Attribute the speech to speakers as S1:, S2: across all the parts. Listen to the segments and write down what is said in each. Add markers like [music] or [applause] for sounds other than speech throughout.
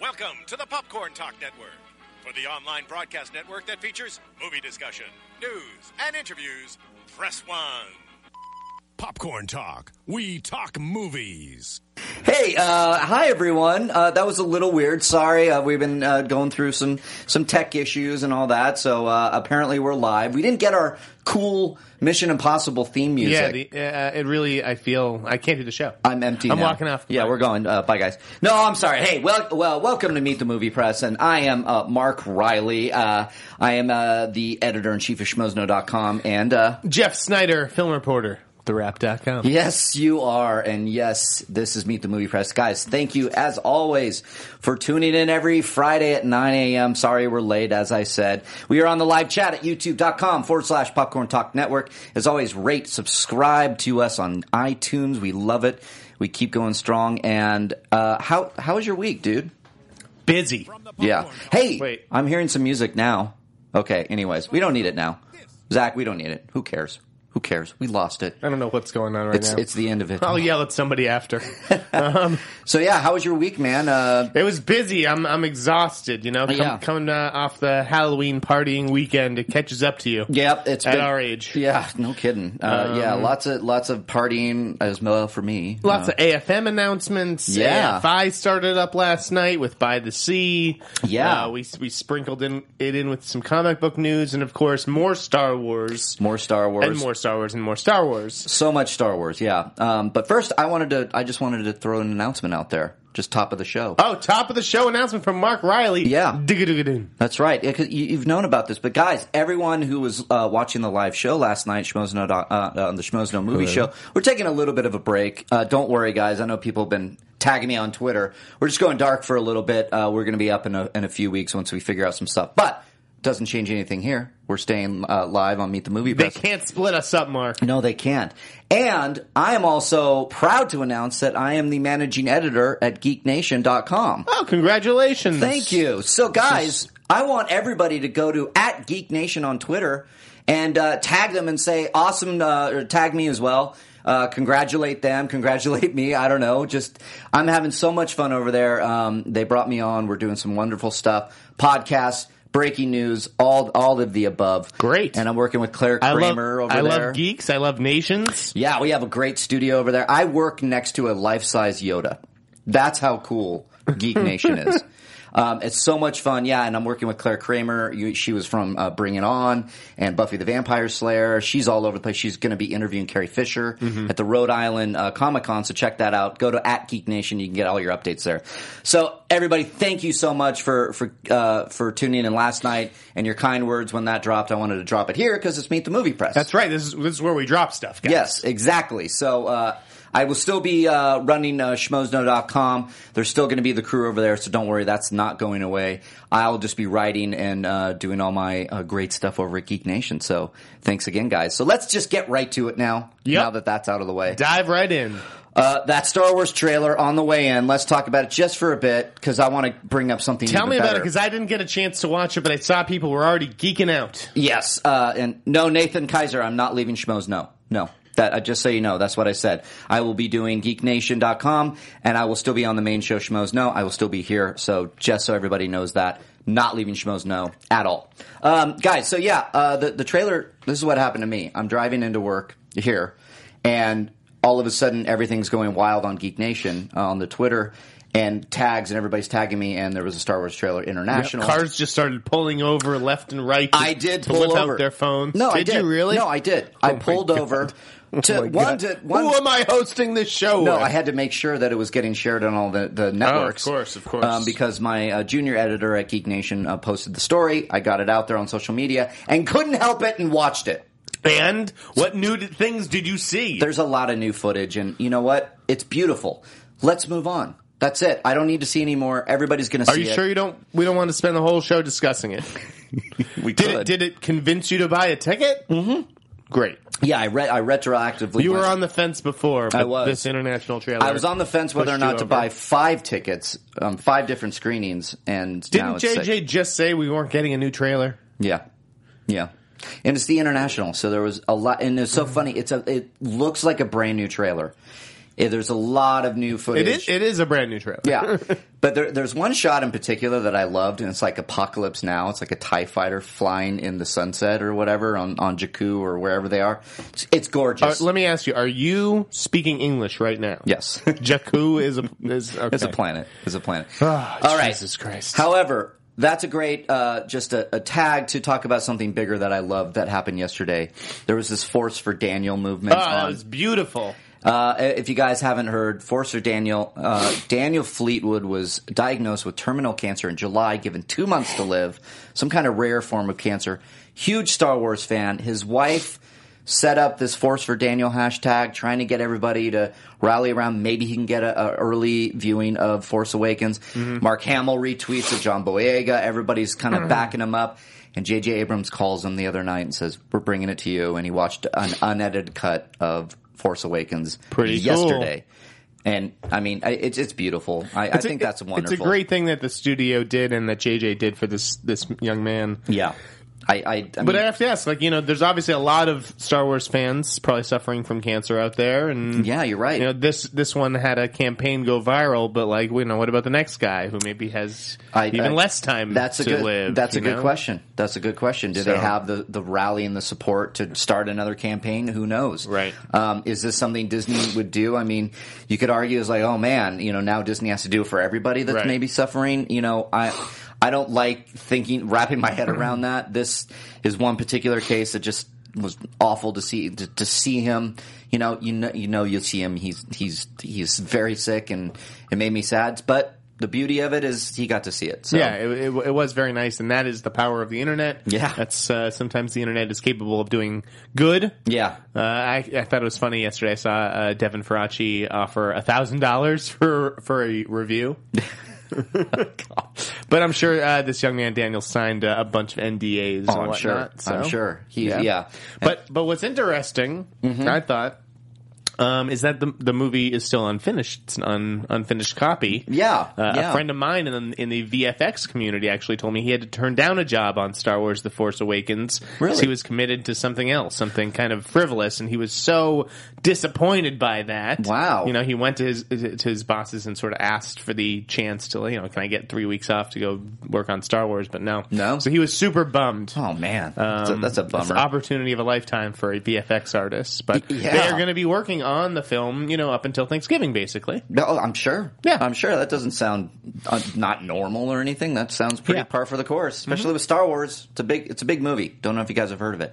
S1: Welcome to the Popcorn Talk Network, for the online broadcast network that features movie discussion, news, and interviews. Press one. Popcorn Talk. We talk movies.
S2: Hey, uh, hi everyone. Uh, that was a little weird. Sorry, uh, we've been uh, going through some some tech issues and all that. So uh, apparently we're live. We didn't get our cool Mission Impossible theme music.
S3: Yeah, the, uh, it really. I feel I can't do the show.
S2: I'm empty.
S3: I'm
S2: now.
S3: walking off. the
S2: Yeah,
S3: mic.
S2: we're going. Uh, bye, guys. No, I'm sorry. Hey, well, well, welcome to Meet the Movie Press, and I am uh, Mark Riley. Uh, I am uh, the editor in chief of Schmozno.com, and uh,
S3: Jeff Snyder, film reporter, therap.com.
S2: Yes, you are. And yes, this is Meet the Movie Press. Guys, thank you as always for tuning in every Friday at 9 a.m. Sorry we're late, as I said. We are on the live chat at youtube.com forward slash popcorn talk network. As always, rate, subscribe to us on iTunes. We love it. We keep going strong. And, uh, how, how was your week, dude?
S3: Busy.
S2: Yeah. Hey,
S3: Wait.
S2: I'm hearing some music now. Okay. Anyways, we don't need it now. Zach, we don't need it. Who cares? Who cares? We lost it.
S3: I don't know what's going on right
S2: It's,
S3: now.
S2: it's the end of it.
S3: I'll yell at
S2: [laughs]
S3: somebody after. Um,
S2: So yeah, how was your week, man? Uh,
S3: it was busy. I'm I'm exhausted. You know, Come-
S2: Yeah.
S3: coming uh, off the Halloween partying weekend, it catches up to you.
S2: yep, it's
S3: At
S2: been-
S3: our age.
S2: Yeah, no kidding. Uh,
S3: Um,
S2: yeah, lots of lots of partying as well for me.
S3: Lots
S2: Uh,
S3: of AFM announcements.
S2: Yeah.
S3: AFI started up last night with By the Sea.
S2: Yeah.
S3: Uh, we we sprinkled in it in with some comic book news and of course more Star Wars.
S2: more Star Wars,
S3: And more Star Wars and more Star Wars.
S2: so much Star Wars. Yeah, um, but first I wanted to I just wanted to throw an announcement out there, just top of the show.
S3: Oh, top of the show announcement from Mark Riley.
S2: Yeah.
S3: Digga-digga-doo.
S2: That's right. Yeah, 'cause you, you've known about this, but guys, everyone who was uh, watching the live show last night, Schmozno, doc- uh, uh, the Schmozno movie show, we're taking a little bit of a break. Uh, don't worry, guys. I know people have been tagging me on Twitter. We're just going dark for a little bit. Uh, we're going to be up in a, in a few weeks once we figure out some stuff, but doesn't change anything here. We're staying uh, live on Meet the Movie.
S3: They
S2: Press.
S3: can't split us up, Mark.
S2: No, they can't. And I am also proud to announce that I am the managing editor at GeekNation.com.
S3: Oh, congratulations.
S2: Thank you. So, guys, I want everybody to go to at Geek Nation on Twitter and uh, tag them and say awesome, uh, or tag me as well. Uh, congratulate them, [laughs] congratulate me. I don't know. Just I'm having so much fun over there. Um, they brought me on. We're doing some wonderful stuff. Podcasts, breaking news, all all of the above.
S3: Great.
S2: And I'm working with Claire
S3: I love,
S2: Kramer over
S3: I
S2: there.
S3: love geeks. I love nations.
S2: Yeah, we have a great studio over there. I work next to a life size Yoda. That's how cool Geek Nation is. Um, it's so much fun. Yeah, and I'm working with Claire Kramer. You, she was from uh, Bring It On and Buffy the Vampire Slayer. She's all over the place. She's going to be interviewing Carrie Fisher at the Rhode Island uh, Comic Con. So check that out. Go to at Geek Nation. You can get all your updates there. So everybody, thank you so much for for uh, for tuning in last night and your kind words when that dropped. I wanted to drop it here because it's Meet the Movie Press.
S3: That's right. This is this is where we drop stuff, guys.
S2: Yes, exactly. So uh, I will still be uh, running uh, schmozno.com. There's still going to be the crew over there, so don't worry, that's not going away. I'll just be writing and uh, doing all my uh, great stuff over at Geek Nation. So thanks again, guys. So let's just get right to it now.
S3: Yep.
S2: Now that that's out of the way.
S3: Dive right in.
S2: Uh, that Star Wars trailer on the way in. Let's talk about it just for a bit because I want to bring up something.
S3: Tell
S2: even
S3: me about it
S2: better.
S3: because I didn't get a chance to watch it, but I saw people were already geeking out.
S2: Yes, uh, and no, Nathan Kaiser, I'm not leaving Schmoes. No, no. That uh, just so you know, that's what I said. I will be doing GeekNation.com, and I will still be on the main show Schmoes. No, I will still be here. So just so everybody knows that, not leaving Schmoes. No, at all, um, guys. So yeah, uh, the the trailer. This is what happened to me. I'm driving into work here, and all of a sudden everything's going wild on Geek Nation uh, on the Twitter and tags, and everybody's tagging me. And there was a Star Wars trailer international.
S3: Cars just started pulling over left and right. to-
S2: I did
S3: to
S2: pull
S3: whip
S2: over
S3: out their phones.
S2: No,
S3: did,
S2: I did.
S3: you really? Oh
S2: No, I did. I pulled over to
S3: my
S2: one
S3: God.
S2: to one.
S3: Who am I hosting this show?
S2: no,
S3: with?
S2: I had to make sure that it was getting shared on all the, the networks.
S3: Oh, course, of course.
S2: Um, because my uh, junior editor at Geek Nation uh, posted the story. I got it out there on social media and couldn't help it and watched it.
S3: And what new d- things did you see?
S2: There's a lot of new footage, and you know what? It's beautiful. Let's move on. That's it. I don't need to see any more. Everybody's going to see
S3: Are you
S2: it.
S3: sure you don't? We don't want to spend the whole show discussing it.
S2: [laughs] we
S3: Did
S2: could.
S3: it? Did it convince you to buy a ticket? Mm-hmm. Great.
S2: yeah, I, re- I retroactively.
S3: You were
S2: went-
S3: on the fence before. But
S2: was.
S3: This international trailer.
S2: I was on the fence whether or
S3: pushed
S2: not
S3: you
S2: to
S3: over.
S2: buy five tickets, um, five different screenings, and now
S3: Didn't
S2: it's six.
S3: JJ just say we weren't getting a new trailer?
S2: Yeah, yeah. And
S3: Mm-hmm.
S2: it's the international, so there was a lot. And it's so funny. It's a. It looks like a brand new trailer. Yeah, there's a lot of new footage.
S3: It is, it is a brand new trailer. [laughs]
S2: yeah. But there, there's one shot in particular that I loved, and it's like Apocalypse Now. It's like a TIE fighter flying in the sunset or whatever on, on Jakku or wherever they are. It's, it's
S3: Uh,
S2: gorgeous.
S3: let me ask you: Are you speaking English right now?
S2: yes.
S3: Jakku is a is okay.
S2: It's a planet. It's a planet.
S3: Ah,
S2: All right.
S3: Jesus Christ.
S2: However, that's a great uh, just a, a tag to talk about something bigger that I loved that happened yesterday. There was this Force for Daniel movement.
S3: Ah, that
S2: on-
S3: was beautiful.
S2: Uh, if you guys haven't heard, Forster Daniel uh, Daniel Fleetwood was diagnosed with terminal cancer in July, given two months to live, some kind of rare form of cancer. Huge Star Wars fan. His wife set up this Force for Daniel hashtag, trying to get everybody to rally around. Maybe he can get a, a early viewing of Force Awakens. Mark Hamill retweets of John Boyega. Everybody's kind of backing him up. And J.J. Abrams calls him the other night and says, "We're bringing it to you." And he watched an unedited cut of Force Awakens
S3: Pretty cool.
S2: yesterday. And I mean, I- it's it's beautiful. I, I think that's wonderful.
S3: It's a great thing that the studio did and that JJ did for this this young man.
S2: yeah. I I, I mean,
S3: But I have to ask, like you know, there's obviously a lot of Star Wars fans probably suffering from cancer out there, and
S2: yeah, you're right.
S3: you know this this one had a campaign go viral, but like you know, what about the next guy who maybe has
S2: I-
S3: even
S2: I-
S3: less time
S2: that's a
S3: to
S2: good
S3: live?
S2: that's a
S3: you
S2: good
S3: know?
S2: question. That's a good question. Do they
S3: So-
S2: have the the rally and the support to start another campaign? Who knows?
S3: Right.
S2: Um, is this something Disney would do? I mean, you could argue it's like, oh man, you know, now Disney has to do it for everybody that's
S3: Right.
S2: maybe suffering. You know, I I don't like thinking wrapping my head
S3: [clears throat]
S2: around that. This is one particular case that just was awful to see to, to see him. You know, you know, you know, you see him. He's he's he's very sick, and it made me sad, but. The beauty of it is he got to see it. So.
S3: Yeah, it, it, it was very nice, and that is the power of the internet.
S2: Yeah.
S3: that's uh, sometimes the internet is capable of doing good.
S2: Yeah.
S3: Uh, I, I thought it was funny yesterday. I saw uh, Devin Faraci offer thousand dollars for for a
S2: [laughs]
S3: review. [laughs] but I'm sure uh, this young man Daniel signed uh, a bunch of NDAs.
S2: Oh,
S3: and
S2: I'm
S3: whatnot,
S2: sure.
S3: so-
S2: I'm sure. Mm-hmm. He, yeah.
S3: But but what's interesting, I thought, um, is that the the movie is still unfinished. It's an un, unfinished copy.
S2: Yeah,
S3: Uh,
S2: yeah.
S3: A friend of mine in in the VFX community actually told me he had to turn down a job on Star Wars: The Force Awakens 'cause
S2: Really?
S3: he was committed to something else, something kind of frivolous, and he was so disappointed by that.
S2: Wow.
S3: You know, he went to his to his bosses and sort of asked for the chance to, you know, can I get three weeks off to go work on Star Wars? But no,
S2: No?
S3: So he was super bummed.
S2: Oh man, that's,
S3: Um,
S2: a, that's a
S3: It's
S2: bummer.
S3: the opportunity of a lifetime for a VFX artist, but
S2: Y- [laughs] yeah.
S3: they are going to be working on the film, you know, up until Thanksgiving, basically.
S2: no, oh, I'm sure.
S3: Yeah.
S2: I'm sure that doesn't sound uh, not normal or anything. That sounds pretty
S3: Yeah. Mm-hmm.
S2: par for the course, especially with Star Wars. It's a big, it's a big movie. Don't know if you guys have heard of it.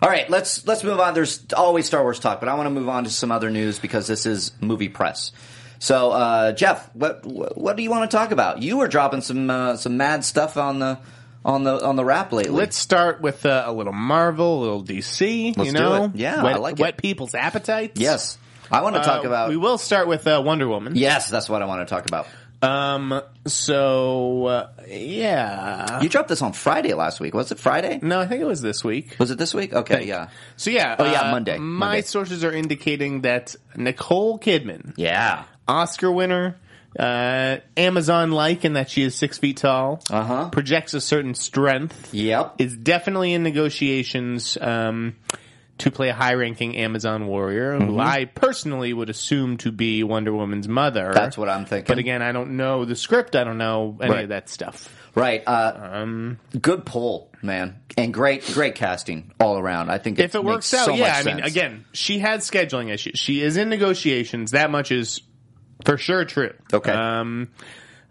S2: All right, let's let's move on. There's always Star Wars talk, but I want to move on to some other news because this is movie press. So, uh, Jeff, what what do you want to talk about? You were dropping some uh, some mad stuff on the on the on the rap lately.
S3: Let's start with uh, a little Marvel, a little DC.
S2: Let's
S3: you
S2: do
S3: know,
S2: it. Yeah,
S3: wet,
S2: I like it.
S3: wet people's appetites.
S2: yes, I want to
S3: Uh,
S2: talk about.
S3: We will start with uh, Wonder Woman.
S2: yes, that's what I want to talk about.
S3: Um. So uh, yeah.
S2: You dropped this on Friday last week. Was it Friday?
S3: No, I think it was this week.
S2: Was it this week? Okay, yeah.
S3: So yeah.
S2: Oh, yeah,
S3: uh,
S2: Monday.
S3: My
S2: Monday.
S3: sources are indicating that Nicole Kidman,
S2: Yeah.
S3: Oscar winner, uh, Amazon like in that she is six feet tall,
S2: Uh-huh.
S3: projects a certain strength,
S2: Yep.
S3: is definitely in negotiations um, to play a high ranking Amazon warrior,
S2: Mm-hmm.
S3: who I personally would assume to be Wonder Woman's mother.
S2: That's what I'm thinking.
S3: But again, I don't know the script, I don't know any
S2: Right.
S3: of that stuff.
S2: right. Uh,
S3: um,
S2: good pull, man. And great great casting all around. I think it
S3: If it
S2: makes
S3: works out,
S2: so
S3: yeah.
S2: much
S3: I mean,
S2: sense.
S3: again, she had scheduling issues. She is in negotiations. That much is for sure true.
S2: Okay.
S3: Um,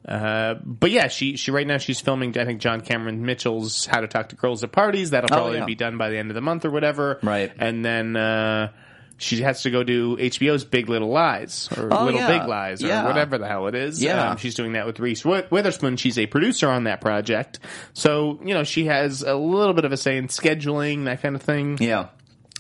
S3: uh, but yeah, she she right now she's filming. I think John Cameron Mitchell's How to Talk to Girls at Parties. That'll
S2: Oh,
S3: probably
S2: yeah.
S3: be done by the end of the month or whatever.
S2: Right.
S3: And then uh, she has to go do HBO's Big Little Lies or
S2: Oh,
S3: Little
S2: yeah.
S3: Big Lies or
S2: Yeah.
S3: whatever the hell it is.
S2: Yeah.
S3: Um, she's doing that with Reese Wi- Witherspoon. She's a producer on that project, so you know she has a little bit of a say in scheduling that kind of thing.
S2: Yeah.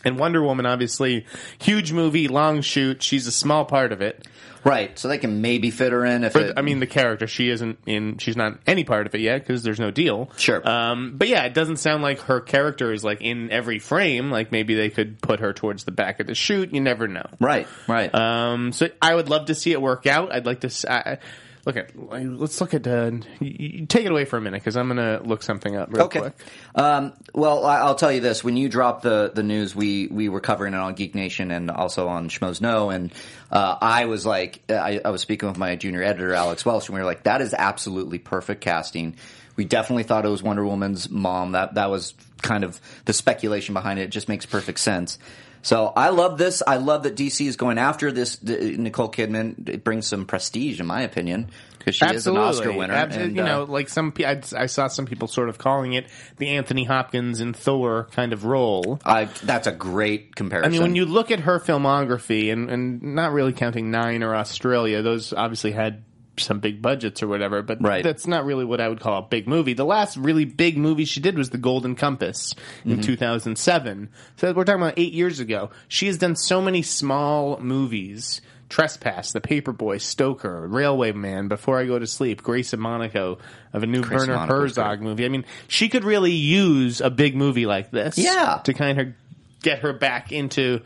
S3: And Wonder Woman, obviously, huge movie, long shoot. She's a small part of it.
S2: Right. So they can maybe fit her in if
S3: But,
S2: it,
S3: I mean, the character she isn't in. She's not any part of it yet because there's no deal.
S2: Sure.
S3: Um, but yeah, it doesn't sound like her character is like in every frame. Like maybe they could put her towards the back of the shoot. You never know.
S2: Right, right.
S3: Um, so I would love to see it work out. I'd like to. s I look at let's look at uh, y- y- take it away for a minute because I'm gonna look something up real
S2: Okay.
S3: quick.
S2: Um, well, I- I'll tell you this: when you dropped the the news, we we were covering it on Geek Nation and also on Schmoes No, and uh, I was like, I, I was speaking with my junior editor Alex Welsh, and we were like, that is absolutely perfect casting. We definitely thought it was Wonder Woman's mom. That that was kind of the speculation behind it. It just makes perfect sense. So I love this. I love that DC is going after this th- Nicole Kidman. It brings some prestige, in my opinion, because she is an Oscar winner.
S3: Abs-
S2: and,
S3: you
S2: uh,
S3: know, like some pe- I, I saw some people sort of calling it the Anthony Hopkins and Thor kind of role.
S2: I, that's a great
S3: I
S2: comparison.
S3: mean, when you look at her filmography, and, and not really counting Nine or Australia, those obviously had some big budgets or whatever, but
S2: Right.
S3: that's not really what I would call a big movie. The last really big movie she did was The Golden Compass
S2: Mm-hmm.
S3: in 2007. So we're talking about eight years ago. She has done so many small movies. Trespass, The Paperboy, Stoker, Railway Man, Before I Go to Sleep, Grace of Monaco, of a new Werner
S2: Monaco's
S3: Herzog movie. I mean, she could really use a big movie like this
S2: Yeah.
S3: to kind of get her back into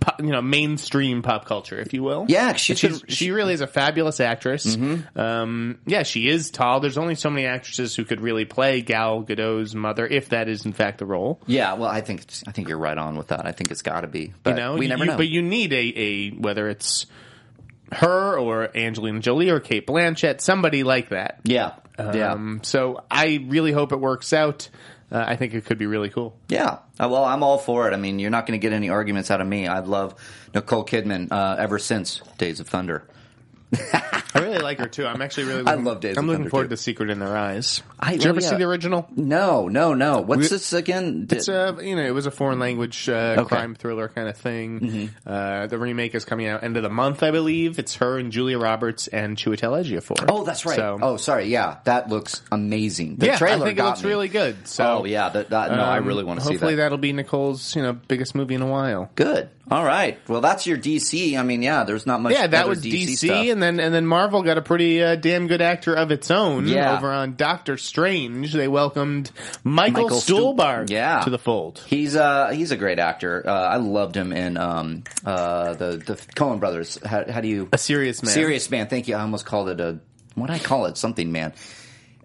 S3: pop- you know mainstream pop culture, if you will.
S2: Yeah, she
S3: And she's,
S2: could- Mm-hmm.
S3: she really is a fabulous actress. Um, yeah, she is tall. There's only so many actresses who could really play Gal Gadot's mother, if that is in fact the role.
S2: yeah, well, I think I think you're right on with that. I think it's got to be, but
S3: You know,
S2: we
S3: You-
S2: never
S3: you-
S2: know.
S3: But you need a, a whether it's her or Angelina Jolie or Kate Blanchett, somebody like that.
S2: yeah, yeah,
S3: Um, so I really hope it works out. Uh, I think it could be really cool.
S2: yeah. Uh, well, I'm all for it. I mean, you're not going to get any arguments out of me. I love Nicole Kidman uh, ever since Days of Thunder.
S3: I really like her too. I'm actually
S2: [laughs]
S3: really. Looking,
S2: love Days of
S3: I'm looking
S2: Thunder,
S3: forward
S2: too.
S3: to Secret in Their Eyes.
S2: I-
S3: Did you ever
S2: oh, yeah.
S3: see the original?
S2: No, no, no. What's
S3: We-
S2: this again?
S3: It's a you know it was a foreign language uh,
S2: Okay. Mm-hmm.
S3: crime thriller kind of thing. Uh, the remake is coming out end of the month, I believe. It's her and Julia Roberts and Chiwetel Ejiofor.
S2: oh, that's right.
S3: So,
S2: oh, sorry. Yeah, that looks amazing. The
S3: yeah,
S2: trailer
S3: I think it
S2: got
S3: looks
S2: me.
S3: really good. So
S2: oh yeah, that, that, no, I
S3: um,
S2: really want to see
S3: Hopefully that'll be Nicole's you know biggest movie in a while.
S2: Good. All right. Well, that's your DC. I mean, yeah, there's not much.
S3: Yeah, that
S2: other
S3: was DC,
S2: stuff.
S3: and then and then Marvel got a pretty uh, damn good actor of its own
S2: Yeah.
S3: over on Doctor Strange. They welcomed Michael,
S2: Michael Stuhl-
S3: Stuhlbarg
S2: Yeah.
S3: to the fold.
S2: He's uh he's a great actor. Uh, I loved him in um uh the the Coen Brothers. How, how do you
S3: A serious man.
S2: serious man? Thank you. I almost called it a what I call it something man,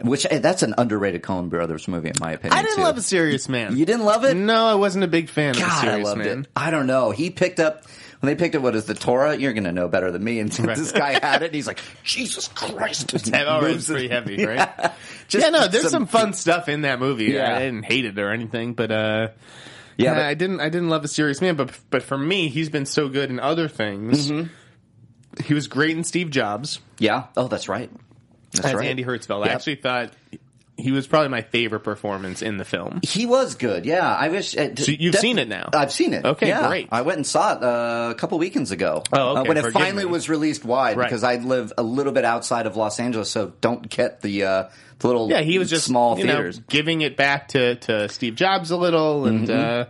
S2: which eh, that's an underrated Coen Brothers movie in my opinion.
S3: I didn't
S2: too.
S3: love a serious man.
S2: You didn't love it?
S3: No, I wasn't a big fan of a
S2: God, I
S3: serious
S2: loved
S3: man.
S2: it. I don't know. He picked up when they picked up what is the Torah. You're going to know better than me. And [laughs] this guy had it. And he's like Jesus Christ. It's
S3: That already
S2: [laughs]
S3: was pretty heavy, right? Yeah,
S2: Just
S3: no, there's some, fun stuff in that movie.
S2: Yeah.
S3: I didn't hate it or anything, but uh,
S2: Yeah,
S3: yeah,
S2: but-
S3: I didn't. I didn't love a serious man, but but for me, he's been so good in other things.
S2: Mm-hmm.
S3: He was great in Steve Jobs
S2: Yeah. Oh, that's right. That's
S3: as
S2: right.
S3: Andy Hertzfeld. I
S2: Yep.
S3: actually thought he was probably my favorite performance in the film.
S2: He was good, yeah. I wish. Uh, d-
S3: So you've
S2: defi-
S3: seen it now?
S2: I've seen it.
S3: Okay,
S2: yeah.
S3: great.
S2: I went and saw it uh, a couple weekends ago.
S3: Oh, okay,
S2: Uh, when it
S3: forgive
S2: finally
S3: me.
S2: was released wide,
S3: Right.
S2: because I live a little bit outside of Los Angeles, so don't get the, uh, the little
S3: Yeah, he was just
S2: small
S3: you know,
S2: theaters. Mm-hmm.
S3: giving it back to, to Steve Jobs a little. And uh,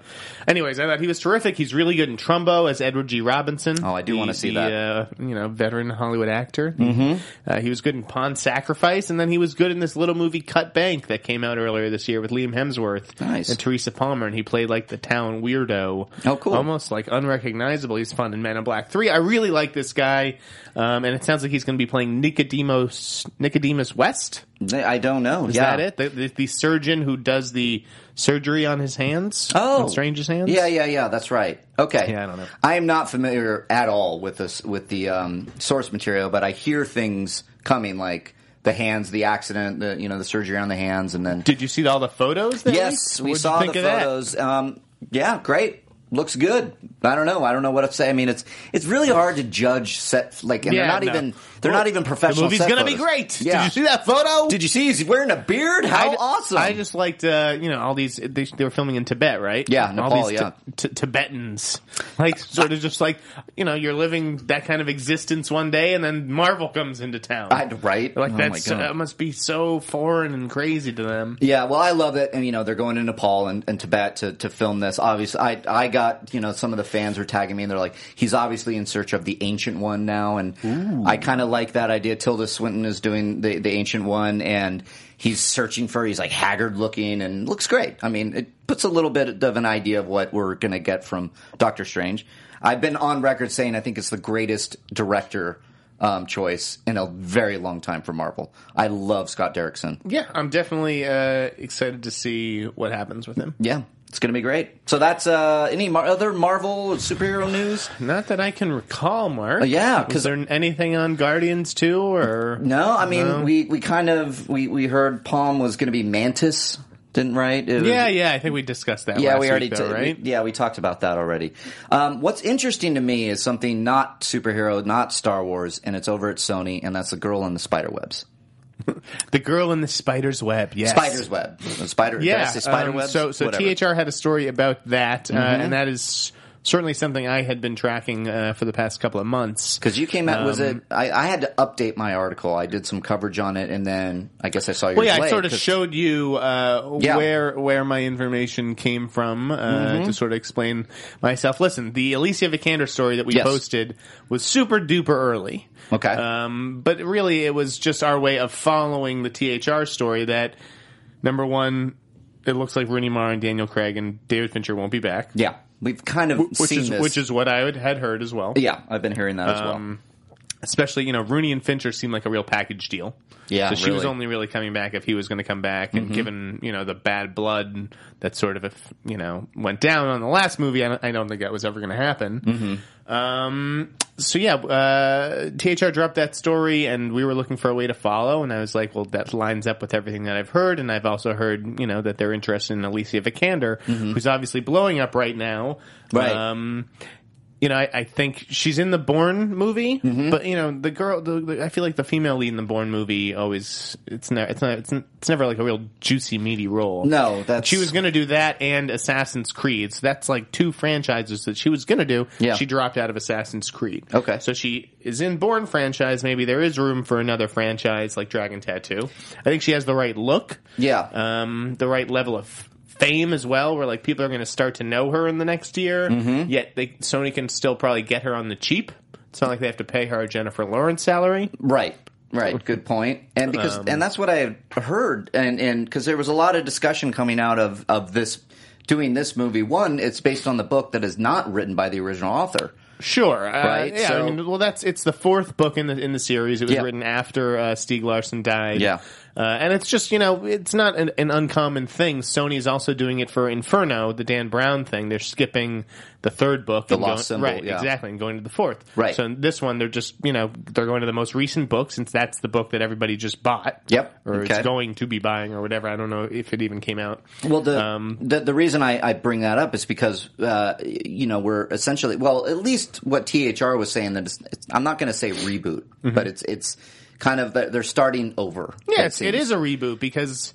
S3: anyways, I thought he was terrific. He's really good in Trumbo as Edward G. Robinson.
S2: Oh, I do
S3: the-
S2: wanna see
S3: the,
S2: that.
S3: Uh, you know, veteran Hollywood actor. Mm-hmm. Uh, he was good in Pawn Sacrifice, and then he was good in this little movie Cut Bank that came out earlier this year with Liam Hemsworth
S2: Nice.
S3: and Teresa Palmer, and he played like the town weirdo.
S2: Oh, cool.
S3: Almost like unrecognizable. He's fun in Men in Black Three. I really like this guy, um, and it sounds like he's going to be playing Nicodemus Nicodemus West.
S2: I don't know.
S3: Is
S2: yeah.
S3: that it? The, the, the surgeon who does the surgery on his hands?
S2: Oh,
S3: On Strange's hands?
S2: Yeah, yeah, yeah. That's right. Okay.
S3: Yeah, I don't know.
S2: I am not familiar at all with this with the um, source material, but I hear things coming like the hands, the accident, the you know, the surgery on the hands, and then
S3: Did you see all the photos? That
S2: Yes,
S3: leaked?
S2: we
S3: What'd you
S2: saw the
S3: think of that?
S2: photos. Um, yeah, great. Looks good. I don't know. I don't know what to say. I mean, it's it's really hard to judge set like and
S3: Yeah,
S2: they're not
S3: no.
S2: even they're
S3: Well,
S2: not even professional.
S3: The movie's
S2: set
S3: gonna be
S2: photos.
S3: great.
S2: Yeah.
S3: Did you see that photo?
S2: Did you see he's wearing a beard? How
S3: I ju-
S2: awesome!
S3: I just liked, uh, you know, all these. They, they were filming in Tibet, right?
S2: Yeah,
S3: all
S2: Nepal,
S3: these
S2: yeah.
S3: Ti- Ti- Tibetans, like sort of just like you know, you're living that kind of existence one day, and then Marvel comes into town.
S2: I- right?
S3: Like
S2: Oh my
S3: that's uh,
S2: God.
S3: that must be so foreign and crazy to them.
S2: Yeah, well, I love it, and you know they're going to Nepal and, and Tibet to, to film this. Obviously, I I got you know some of the fans were tagging me, and they're like, he's obviously in search of the ancient one now, and I kind of like that idea. Tilda Swinton is doing the the ancient one, and he's searching for. He's like haggard looking, and looks great. I mean, it puts a little bit of an idea of what we're gonna get from Doctor Strange. I've been on record saying I think it's the greatest director um, choice in a very long time for Marvel. I love Scott Derrickson.
S3: Yeah, I'm definitely uh, excited to see what happens with him.
S2: Yeah, it's going to be great. So that's uh, any mar- other Marvel superhero news?
S3: Not that I can recall, Mark.
S2: Oh, yeah,
S3: Was
S2: 'cause-
S3: there anything on Guardians too, or
S2: No, I mean we we kind of we we heard Palm was going to be Mantis, didn't right? It was-
S3: Yeah, yeah, I think we discussed that.
S2: Yeah,
S3: last
S2: we already
S3: week, though,
S2: ta-
S3: right?
S2: we- yeah we talked about that already. Um, what's interesting to me is something not superhero, not Star Wars, and it's over at Sony, and that's the girl in the spider webs,
S3: the girl in the spider's web. Yes,
S2: spider's web, The spider. did I
S3: Yeah,
S2: say spider
S3: um,
S2: webs.
S3: So, so
S2: Whatever. Mm-hmm.
S3: THR had a story about that, uh, and that is certainly something I had been tracking uh, for the past couple of months.
S2: Because you came out, was
S3: Um,
S2: it? I, I had to update my article. I did some coverage on it, and then I guess I saw your.
S3: Well, yeah, I sort of showed you uh,
S2: Yeah. Mm-hmm.
S3: where where my information came from uh, to sort of explain myself. Listen, the Alicia Vikander story that we
S2: Yes.
S3: posted was super duper early.
S2: Okay.
S3: Um, but really, it was just our way of following the THR story that, number one, it looks like Rooney Mara and Daniel Craig and David Fincher won't be back.
S2: yeah, we've kind of
S3: Which
S2: seen
S3: is,
S2: this.
S3: which is Um, what I would, had heard as well.
S2: yeah, I've been hearing that as well.
S3: Especially, you know, Rooney and Fincher seemed like a real package deal.
S2: Yeah,
S3: So she was
S2: really. Mm-hmm.
S3: only really coming back if he was going to come back. And given, you know, the bad blood that sort of, if, you know, went down on the last movie, I don't, I don't think that was ever going to happen.
S2: Mm-hmm.
S3: Um, so yeah, uh, THR dropped that story and we were looking for a way to follow. And I was like, well, that lines up with everything that I've heard. And I've also heard, you know, that they're interested in Alicia Vikander, who's obviously blowing up right now.
S2: Mm-hmm. Right.
S3: Um, you know, I, I think she's in the Born movie,
S2: Mm-hmm.
S3: but you know, the girl. The, the, I feel like the female lead in the Born movie always it's never it's not it's, n- it's never like a real juicy meaty role.
S2: No, that's
S3: She was going to do that and Assassin's Creed. So that's like two franchises that she was going to do.
S2: Yeah.
S3: She dropped out of Assassin's Creed.
S2: Okay.
S3: So she is in Born franchise. Maybe there is room for another franchise like Dragon Tattoo. I think she has the right look.
S2: Yeah.
S3: Um, the right level of fame as well, where like people are going to start to know her in the next year. Yet they, Sony can still probably get her on the cheap. It's not like they have to pay her a Jennifer Lawrence salary.
S2: Right. Right. Good point. And because
S3: Um,
S2: and that's what I had heard and and because there was a lot of discussion coming out of of this doing this movie. One, it's based on the book that is not written by the original author.
S3: Sure, uh,
S2: Right,
S3: Yeah,
S2: so-
S3: I mean, well, that's it's the fourth book in the in the series. It was
S2: Yeah.
S3: written after uh, Stieg Larsson died.
S2: Yeah.
S3: uh, and it's just you know it's not an, an uncommon thing. Sony's also doing it for Inferno, the Dan Brown thing. They're skipping the third book, the
S2: Lost Symbol,
S3: right?
S2: yeah.
S3: Exactly, and going to the fourth.
S2: Right.
S3: So in this one, they're just you know they're going to the most recent book since that's the book that everybody just bought.
S2: Yep,
S3: or
S2: okay.
S3: it's going to be buying or whatever. I don't know if it even came out.
S2: Well, the,
S3: um,
S2: the the reason I, I bring that up is because uh, you know we're essentially well at least what THR was saying that it's, it's, I'm not going to say reboot, but it's it's kind of they're they're starting over.
S3: Mm-hmm. Yeah,
S2: it
S3: it's, it
S2: seems.
S3: is a reboot because,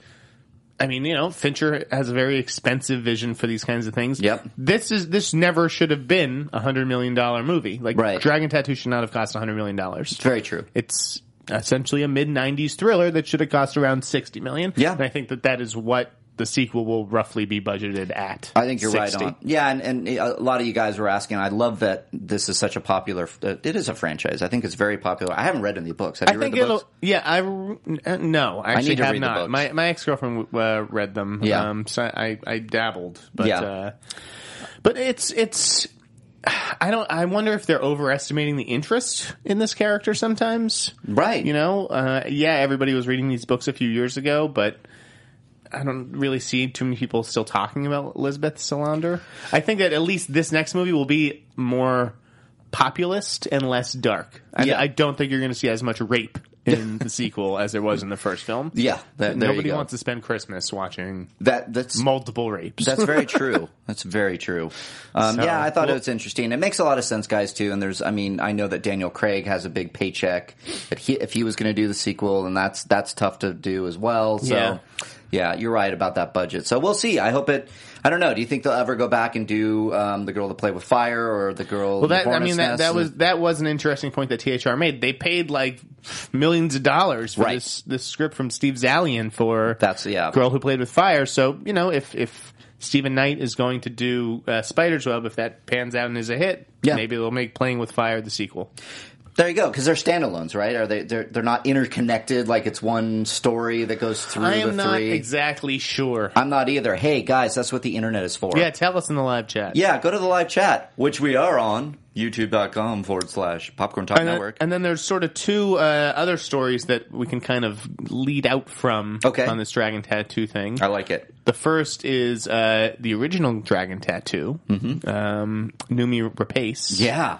S3: I mean, you know, Fincher has a very expensive vision for these kinds of things.
S2: Yep.
S3: This is this never should have been a hundred million dollar movie. Like
S2: Right.
S3: Dragon Tattoo should not have cost a hundred million dollars.
S2: very true.
S3: It's essentially a mid '90s thriller that should have cost around sixty million.
S2: Yeah.
S3: and I think that that is what the sequel will roughly be budgeted at.
S2: I think you're
S3: 60.
S2: right on. Yeah, and, and a lot of you guys were asking. I love that this is such a popular. Uh, it is a franchise. I think it's very popular. I haven't read any books. Have
S3: I
S2: you
S3: think
S2: read the
S3: it'll.
S2: books?
S3: Yeah, I uh, no, I actually
S2: need to
S3: have
S2: read the
S3: not.
S2: books.
S3: My my ex girlfriend uh, read them.
S2: Yeah.
S3: um, so I I dabbled, but
S2: Yeah.
S3: uh, but it's it's. I don't. I wonder if they're overestimating the interest in this character sometimes.
S2: Right.
S3: You know. Uh, yeah, everybody was reading these books a few years ago, but. I don't really see too many people still talking about Elizabeth Salander. I think that at least this next movie will be more populist and less dark. I,
S2: Yeah.
S3: I don't think you're going to see as much rape
S2: [laughs]
S3: in the sequel as there was in the first film.
S2: Yeah, that, there
S3: Nobody
S2: you go.
S3: wants to spend Christmas watching
S2: that. That's
S3: multiple rapes.
S2: that's
S3: [laughs]
S2: very true. That's very true. Um,
S3: So,
S2: yeah, I thought
S3: well-
S2: it was interesting. It makes a lot of sense, guys. Too, and there's. I mean, I know that Daniel Craig has a big paycheck, but he, if he was going to do the sequel, then that's that's tough to do as well. So.
S3: Yeah.
S2: Yeah, you're right about that budget. So we'll see. I hope it. I don't know. Do you think they'll ever go back and do um, the girl that played with fire or the girl?
S3: well, that I mean that, that was that was an interesting point that THR made. They paid like millions of dollars for
S2: Right.
S3: this this script from Steve Zalian for
S2: That's- yeah.
S3: girl who played with fire. So you know if if Stephen Knight is going to do uh, Spider's Web, if that pans out and is a hit,
S2: Yeah.
S3: maybe they'll make Playing with Fire the sequel.
S2: There you go, because they're standalones, right? Are they? They're, they're not interconnected. Like it's one story that goes through
S3: I am
S2: the
S3: not
S2: three.
S3: exactly sure.
S2: I'm not either. Hey guys, that's what the internet is for.
S3: yeah, tell us in the live chat.
S2: Yeah, go to the live chat, which we are on youtube.com forward slash popcorn talk
S3: And then,
S2: network.
S3: and then there's sort of two uh, other stories that we can kind of lead out from
S2: Okay.
S3: on this dragon tattoo thing.
S2: I like it.
S3: The first is uh, the original dragon tattoo, um, Numi Rapace.
S2: Mm-hmm. Yeah.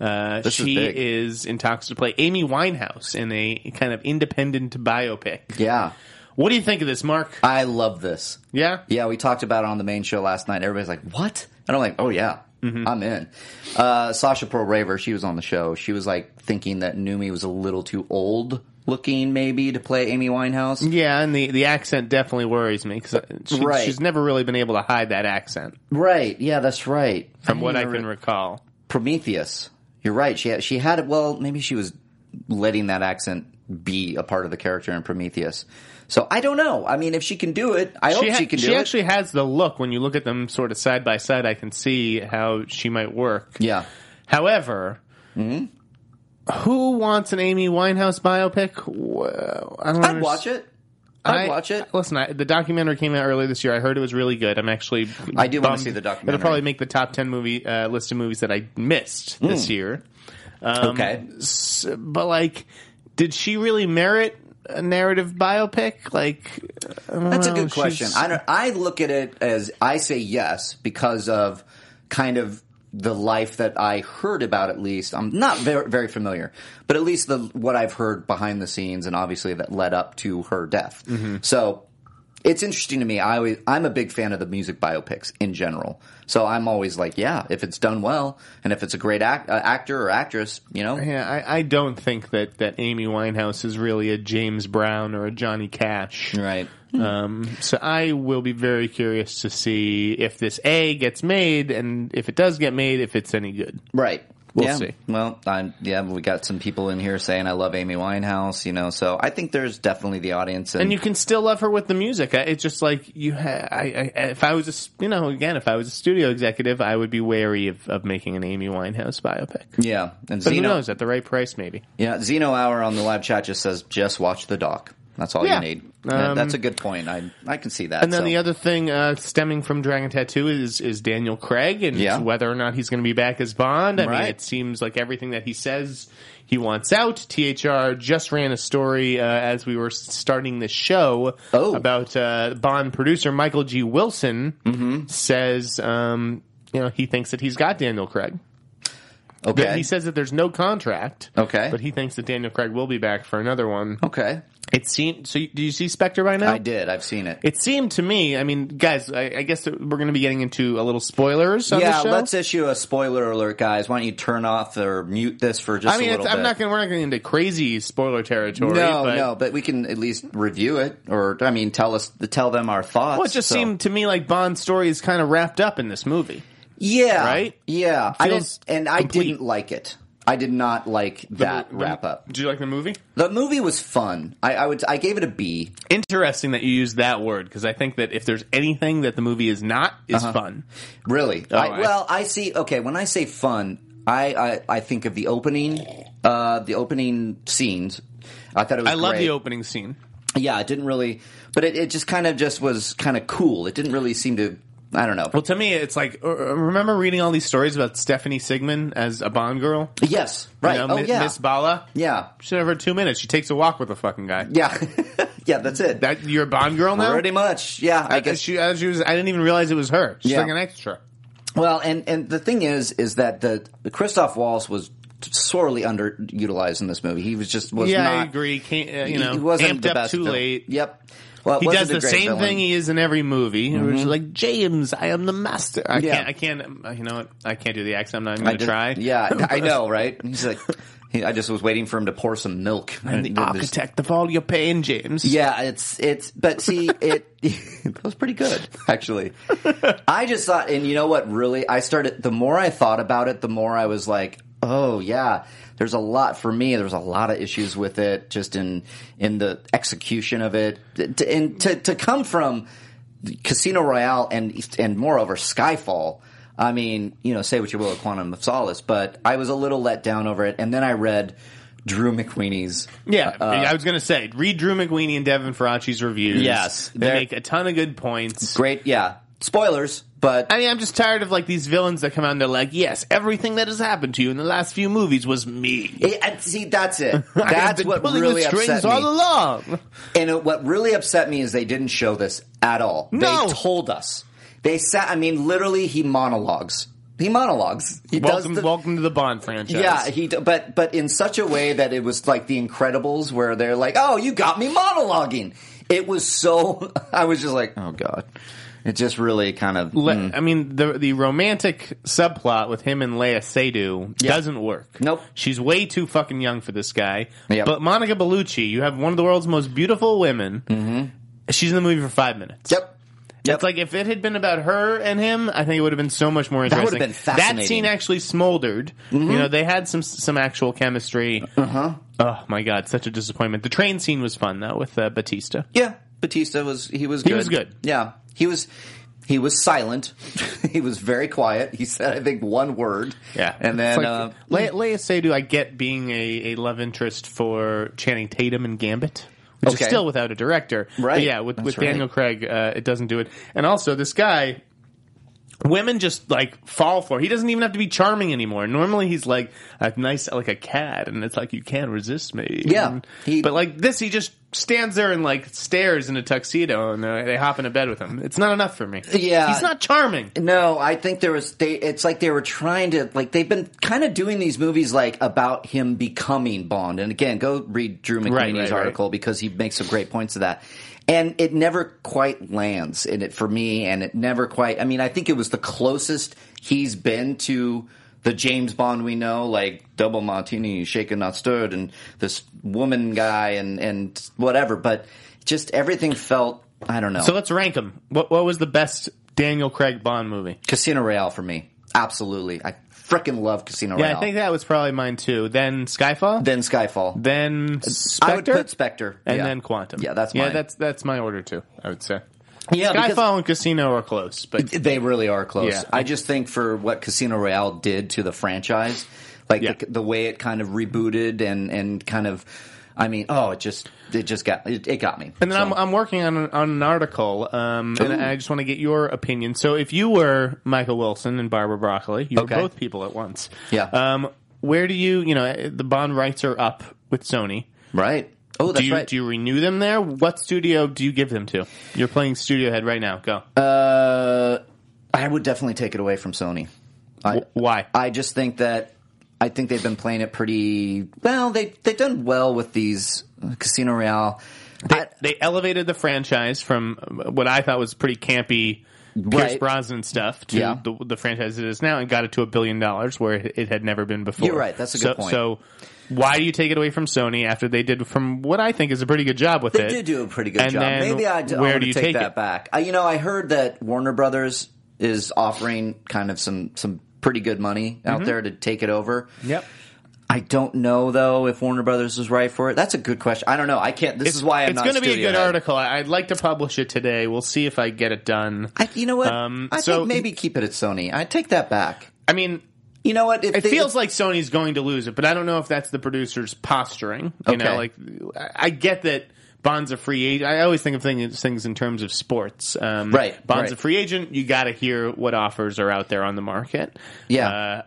S3: Uh,
S2: This is
S3: she
S2: big.
S3: is, in talks to play Amy Winehouse in a kind of independent biopic.
S2: Yeah.
S3: What do you think of this, Mark?
S2: I love this.
S3: Yeah,
S2: Yeah, we talked about it on the main show last night. Everybody's like, "What?" And I'm like, "Oh yeah, I'm in." Uh, Sasha Pearl Raver, she was on the show. She was like thinking that Numi was a little too old looking, maybe, to play Amy Winehouse.
S3: yeah, and the, the accent definitely worries me because she,
S2: Right.
S3: she's never really been able to hide that accent,
S2: Right? Yeah, that's right.
S3: from what I
S2: remember-
S3: can recall.
S2: Prometheus. You're right. She had, she had well, maybe she was letting that accent be a part of the character in Prometheus. So I don't know. I mean, if she can do it, I hope
S3: ha-
S2: she can do
S3: she
S2: it.
S3: actually has the look when you look at them sort of side by side. I can see how she might work.
S2: yeah.
S3: However,
S2: Mm-hmm.
S3: who wants an Amy Winehouse biopic? Well, I don't
S2: I'd watch it. I'd
S3: I-
S2: watch it.
S3: Listen, I, the documentary came out earlier this year. I heard it was really good. I'm actually
S2: I do wanna
S3: bummed.
S2: see the documentary.
S3: It'll probably make the top ten movie uh, list of movies that I missed
S2: Mm.
S3: this year.
S2: okay.
S3: um, S- but like, did she really merit a narrative biopic? Like,
S2: That's a
S3: Well,
S2: good question.
S3: she's-
S2: I don't, I look at it as I say yes because of kind of the life that I heard about. At least I'm not very, very familiar, but at least the what I've heard behind the scenes, and obviously that led up to her death.
S3: Mm-hmm.
S2: So it's interesting to me. I always, I'm a big fan of the music biopics in general. So I'm always like, yeah, if it's done well, and if it's a great act, uh, actor or actress, you know,
S3: yeah, I, I don't think that that Amy Winehouse is really a James Brown or a Johnny Cash.
S2: right?
S3: Um, so I will be very curious to see if this A gets made, and if it does get made, if it's any good.
S2: Right.
S3: We'll
S2: yeah.
S3: see.
S2: Well, I'm, yeah, we got some people in here saying I love Amy Winehouse, you know. So I think there's definitely the audience, and,
S3: And you can still love her with the music. I- It's just like you. Ha- I, I, if I was a, s- you know, again, if I was a studio executive, I would be wary of, of making an Amy Winehouse biopic.
S2: yeah, and
S3: But who
S2: Zeno,
S3: knows? At the right price, maybe.
S2: yeah, Zeno Hour on the live chat just says just watch the doc. That's all
S3: Yeah.
S2: you need. Yeah,
S3: Um,
S2: That's a good point. I I can see that.
S3: And then
S2: so.
S3: the other thing uh, stemming from Dragon Tattoo is is Daniel Craig and
S2: Yeah.
S3: whether or not he's going to be back as Bond. I mean,
S2: Right.
S3: it seems like everything that he says he wants out. THR just ran a story uh, as we were starting this show
S2: Oh.
S3: about uh, Bond producer Michael G. Wilson
S2: Mm-hmm.
S3: says um, you know he thinks that he's got Daniel Craig. That
S2: okay, Oh.
S3: He says that there's no contract.
S2: Okay.
S3: But he thinks that Daniel Craig will be back for another one.
S2: okay,
S3: It seems. So, you- do you see Spectre by now?
S2: I did. I've seen it.
S3: It seemed to me. I mean, guys, I, I guess that we're going to be getting into a little spoilers. On
S2: yeah,
S3: the show.
S2: let's issue a spoiler alert, guys. Why don't you turn off or mute this for just
S3: I mean,
S2: a
S3: it's,
S2: little
S3: I'm
S2: bit?
S3: not going. We're not going into crazy spoiler territory.
S2: no,
S3: but,
S2: no, but we can at least review it, or I mean, tell us, tell them our thoughts.
S3: Well, it just
S2: so-
S3: seemed to me like Bond's story is kind of wrapped up in this movie.
S2: Yeah.
S3: Right?
S2: Yeah. I
S3: Feels
S2: didn't, and I
S3: complete.
S2: didn't like it. I did not like that
S3: The- the-
S2: wrap up.
S3: Do you like the movie?
S2: The movie was fun. I, I would I gave it a B.
S3: Interesting that you use that word because I think that if there's anything that the movie is not, is
S2: Uh-huh.
S3: fun.
S2: Really.
S3: I-
S2: I, well, I see okay, when I say fun, I, I, I think of the opening uh the opening scenes. I thought it was
S3: I love
S2: great.
S3: the opening scene.
S2: Yeah, it didn't really but it, it just kind of just was kind of cool. It didn't really seem to I don't know.
S3: Well, to me, it's like uh, remember reading all these stories about Stephanie Sigmund as a Bond girl,
S2: yes, right.
S3: You know,
S2: oh
S3: Mi-
S2: yeah.
S3: Miss Bala.
S2: yeah. [laughs]
S3: She never two minutes. She takes a walk with a fucking guy.
S2: Yeah. yeah, that's it.
S3: That you're a Bond girl now.
S2: Pretty much. Yeah, I
S3: I
S2: guess
S3: guess she, uh, she was. I didn't even realize it was her. She's
S2: Yeah.
S3: like an extra.
S2: Well, and and the thing is, is that the Christoph Waltz was sorely underutilized in this movie. He was just was
S3: yeah,
S2: not.
S3: I agree. Can't, uh,
S2: he-
S3: you know,
S2: he wasn't
S3: amped
S2: the
S3: up
S2: best
S3: too
S2: villain.
S3: late.
S2: Yep. Well, it
S3: He
S2: wasn't
S3: does
S2: a
S3: the
S2: great
S3: same
S2: villain. Mm-hmm.
S3: thing he is in every movie. Where it's like James, I am the master. I
S2: Yeah.
S3: can't. I can't. um, You know what? I can't do the accent. I'm not even
S2: I
S3: going to
S2: just-
S3: try.
S2: Yeah,
S3: [laughs]
S2: I know, right? He's like, he, I just was waiting for him to pour some milk. [laughs]
S3: I'm the
S2: And it was-
S3: architect of all your pain, James.
S2: Yeah, it's it's but see it [laughs] that was pretty good actually. I just thought and you know what really I started the more I thought about it the more I was like, "Oh yeah, there's a lot for me. There's a lot of issues with it just in in the execution of it To- and to to come from Casino Royale and and moreover Skyfall I mean, you know, say what you will of Quantum of Solace, but I was a little let down over it. And then I read Drew McWeeney's.
S3: Yeah,
S2: uh,
S3: I was gonna say read Drew McWeeny and Devin Faraci's reviews.
S2: Yes,
S3: they
S2: they're-
S3: make a ton of good points.
S2: Great, yeah. Spoilers, but
S3: I mean, I'm just tired of like these villains that come out and they're like, "Yes, everything that has happened to you in the last few movies was me."
S2: It- and see, that's
S3: [laughs]
S2: it.
S3: I've
S2: That's
S3: been
S2: what
S3: pulling the
S2: really
S3: strings
S2: upset
S3: all
S2: me.
S3: along.
S2: And it- what really upset me is they didn't show this at all.
S3: No.
S2: They told us. They sat. I mean, literally, he monologues. He monologues. He
S3: Welcome,
S2: does the,
S3: welcome to the Bond franchise.
S2: Yeah, he. d- But but in such a way that it was like The Incredibles, where they're like, "Oh, you got me monologuing." It was so. [laughs] I was just like, "Oh God." It just really kind of.
S3: Le- I mean, the the romantic subplot with him and Leia Seydoux doesn't work.
S2: Nope.
S3: she's way too fucking young for this guy.
S2: Yep.
S3: But Monica Bellucci, you have one of the world's most beautiful women. Mm-hmm. She's in the movie for five minutes.
S2: Yep. Yep.
S3: It's like if it had been about her and him, I think it would have been so much more interesting.
S2: would have been fascinating. Mm-hmm.
S3: That scene actually smoldered. You know, they had some some actual chemistry. Uh
S2: Uh-huh.
S3: huh. Oh my god, such a disappointment. The train scene was fun though with uh, Batista.
S2: Yeah, Batista was he was good.
S3: was good.
S2: Yeah, he was he was silent. [laughs] he was very quiet. He said I think one word.
S3: Yeah,
S2: and then
S3: It's like,
S2: uh,
S3: Le- Leia Seydoux, I get being a, a love interest for Channing Tatum and Gambit, which
S2: Okay.
S3: is still without a director, But
S2: Right.
S3: yeah, with,
S2: That's
S3: with
S2: right.
S3: Daniel Craig, uh, it doesn't do it. And also, this guy, women just like fall for. He doesn't even have to be charming anymore. Normally, he's like a nice, like a cat, and it's like you can't resist me.
S2: Yeah,
S3: And-
S2: he-
S3: but like this, he just stands there and like stares in a tuxedo, and uh, they hop into bed with him. It's not enough for me.
S2: Yeah.
S3: he's not charming.
S2: no, I think there was they. It's like they were trying to like they've been kind of doing these movies like about him becoming Bond. And again, go read Drew McEneny's
S3: Right, right, right.
S2: article because he makes some great points to that. And it never quite lands in it for me. And it never quite. I mean, I think it was the closest he's been to the James Bond we know, like double martini, shaken not stirred, and this woman guy, and and whatever. But just everything felt. I don't know.
S3: So let's rank them. What what was the best Daniel Craig Bond movie?
S2: Casino Royale for me. Absolutely. I freaking love Casino Royale.
S3: Yeah, I think that was probably mine too. Then Skyfall.
S2: then Skyfall.
S3: then Spectre.
S2: Uh, I would put Spectre.
S3: and
S2: yeah.
S3: then Quantum.
S2: Yeah, that's
S3: yeah.
S2: mine.
S3: That's that's my order too. I would say.
S2: Yeah, because-
S3: Skyfall and Casino are close, but
S2: They really are close.
S3: Yeah.
S2: I just think for what Casino Royale did to the franchise, like
S3: Yeah.
S2: the, the way it kind of rebooted and and kind of, I mean, oh, it just it just got it, it got me.
S3: and then
S2: So-
S3: I'm I'm working on an, on an article, um, and
S2: Ooh.
S3: I just want to get your opinion. So if you were Michael Wilson and Barbara Broccoli, you
S2: Okay.
S3: were both people at once.
S2: Yeah.
S3: Um, where do you you know the Bond rights are up with Sony?
S2: right. Oh, that's
S3: do you,
S2: right.
S3: Do you renew them there? What studio do you give them to? You're playing studio head right now. Go.
S2: uh, I would definitely take it away from Sony. I,
S3: Why?
S2: I just think that I think they've been playing it pretty well. They they've done well with these uh, Casino Royale. I-
S3: they elevated the franchise from what I thought was pretty campy Pierce
S2: Right.
S3: Brosnan stuff to
S2: Yeah.
S3: the, the franchise it is now and got it to a billion dollars where it it had never been before.
S2: You're right. That's a
S3: so,
S2: good point.
S3: So why do you take it away from Sony after they did from what I think is a pretty good job with
S2: They
S3: it?
S2: do do a pretty good
S3: And
S2: job.
S3: then
S2: Maybe I,
S3: where
S2: want
S3: do
S2: to
S3: you
S2: take,
S3: take
S2: that
S3: it?
S2: back. I, you know, I heard that Warner Brothers is offering kind of some some pretty good money
S3: Mm-hmm.
S2: out there to take it over.
S3: Yep.
S2: I don't know though if Warner Brothers is right for it. That's a good question. I don't know. I can't. This is why I'm
S3: it's
S2: not.
S3: going to be a
S2: studio
S3: good
S2: head.
S3: article. I- I'd like to publish it today. We'll see if I get it done.
S2: I, you know what?
S3: Um,
S2: I
S3: so-
S2: think maybe keep it at Sony. I take that back.
S3: I mean,
S2: You know what? If
S3: It
S2: they-
S3: feels like Sony's going to lose it, but I don't know if that's the producers posturing. You know,
S2: Okay.
S3: like I- I get that Bond's a free agent. I always think of things, things in terms of sports. Um,
S2: Right,
S3: Bond's
S2: right.
S3: a free agent. You got to hear what offers are out there on the market.
S2: Yeah.
S3: Uh,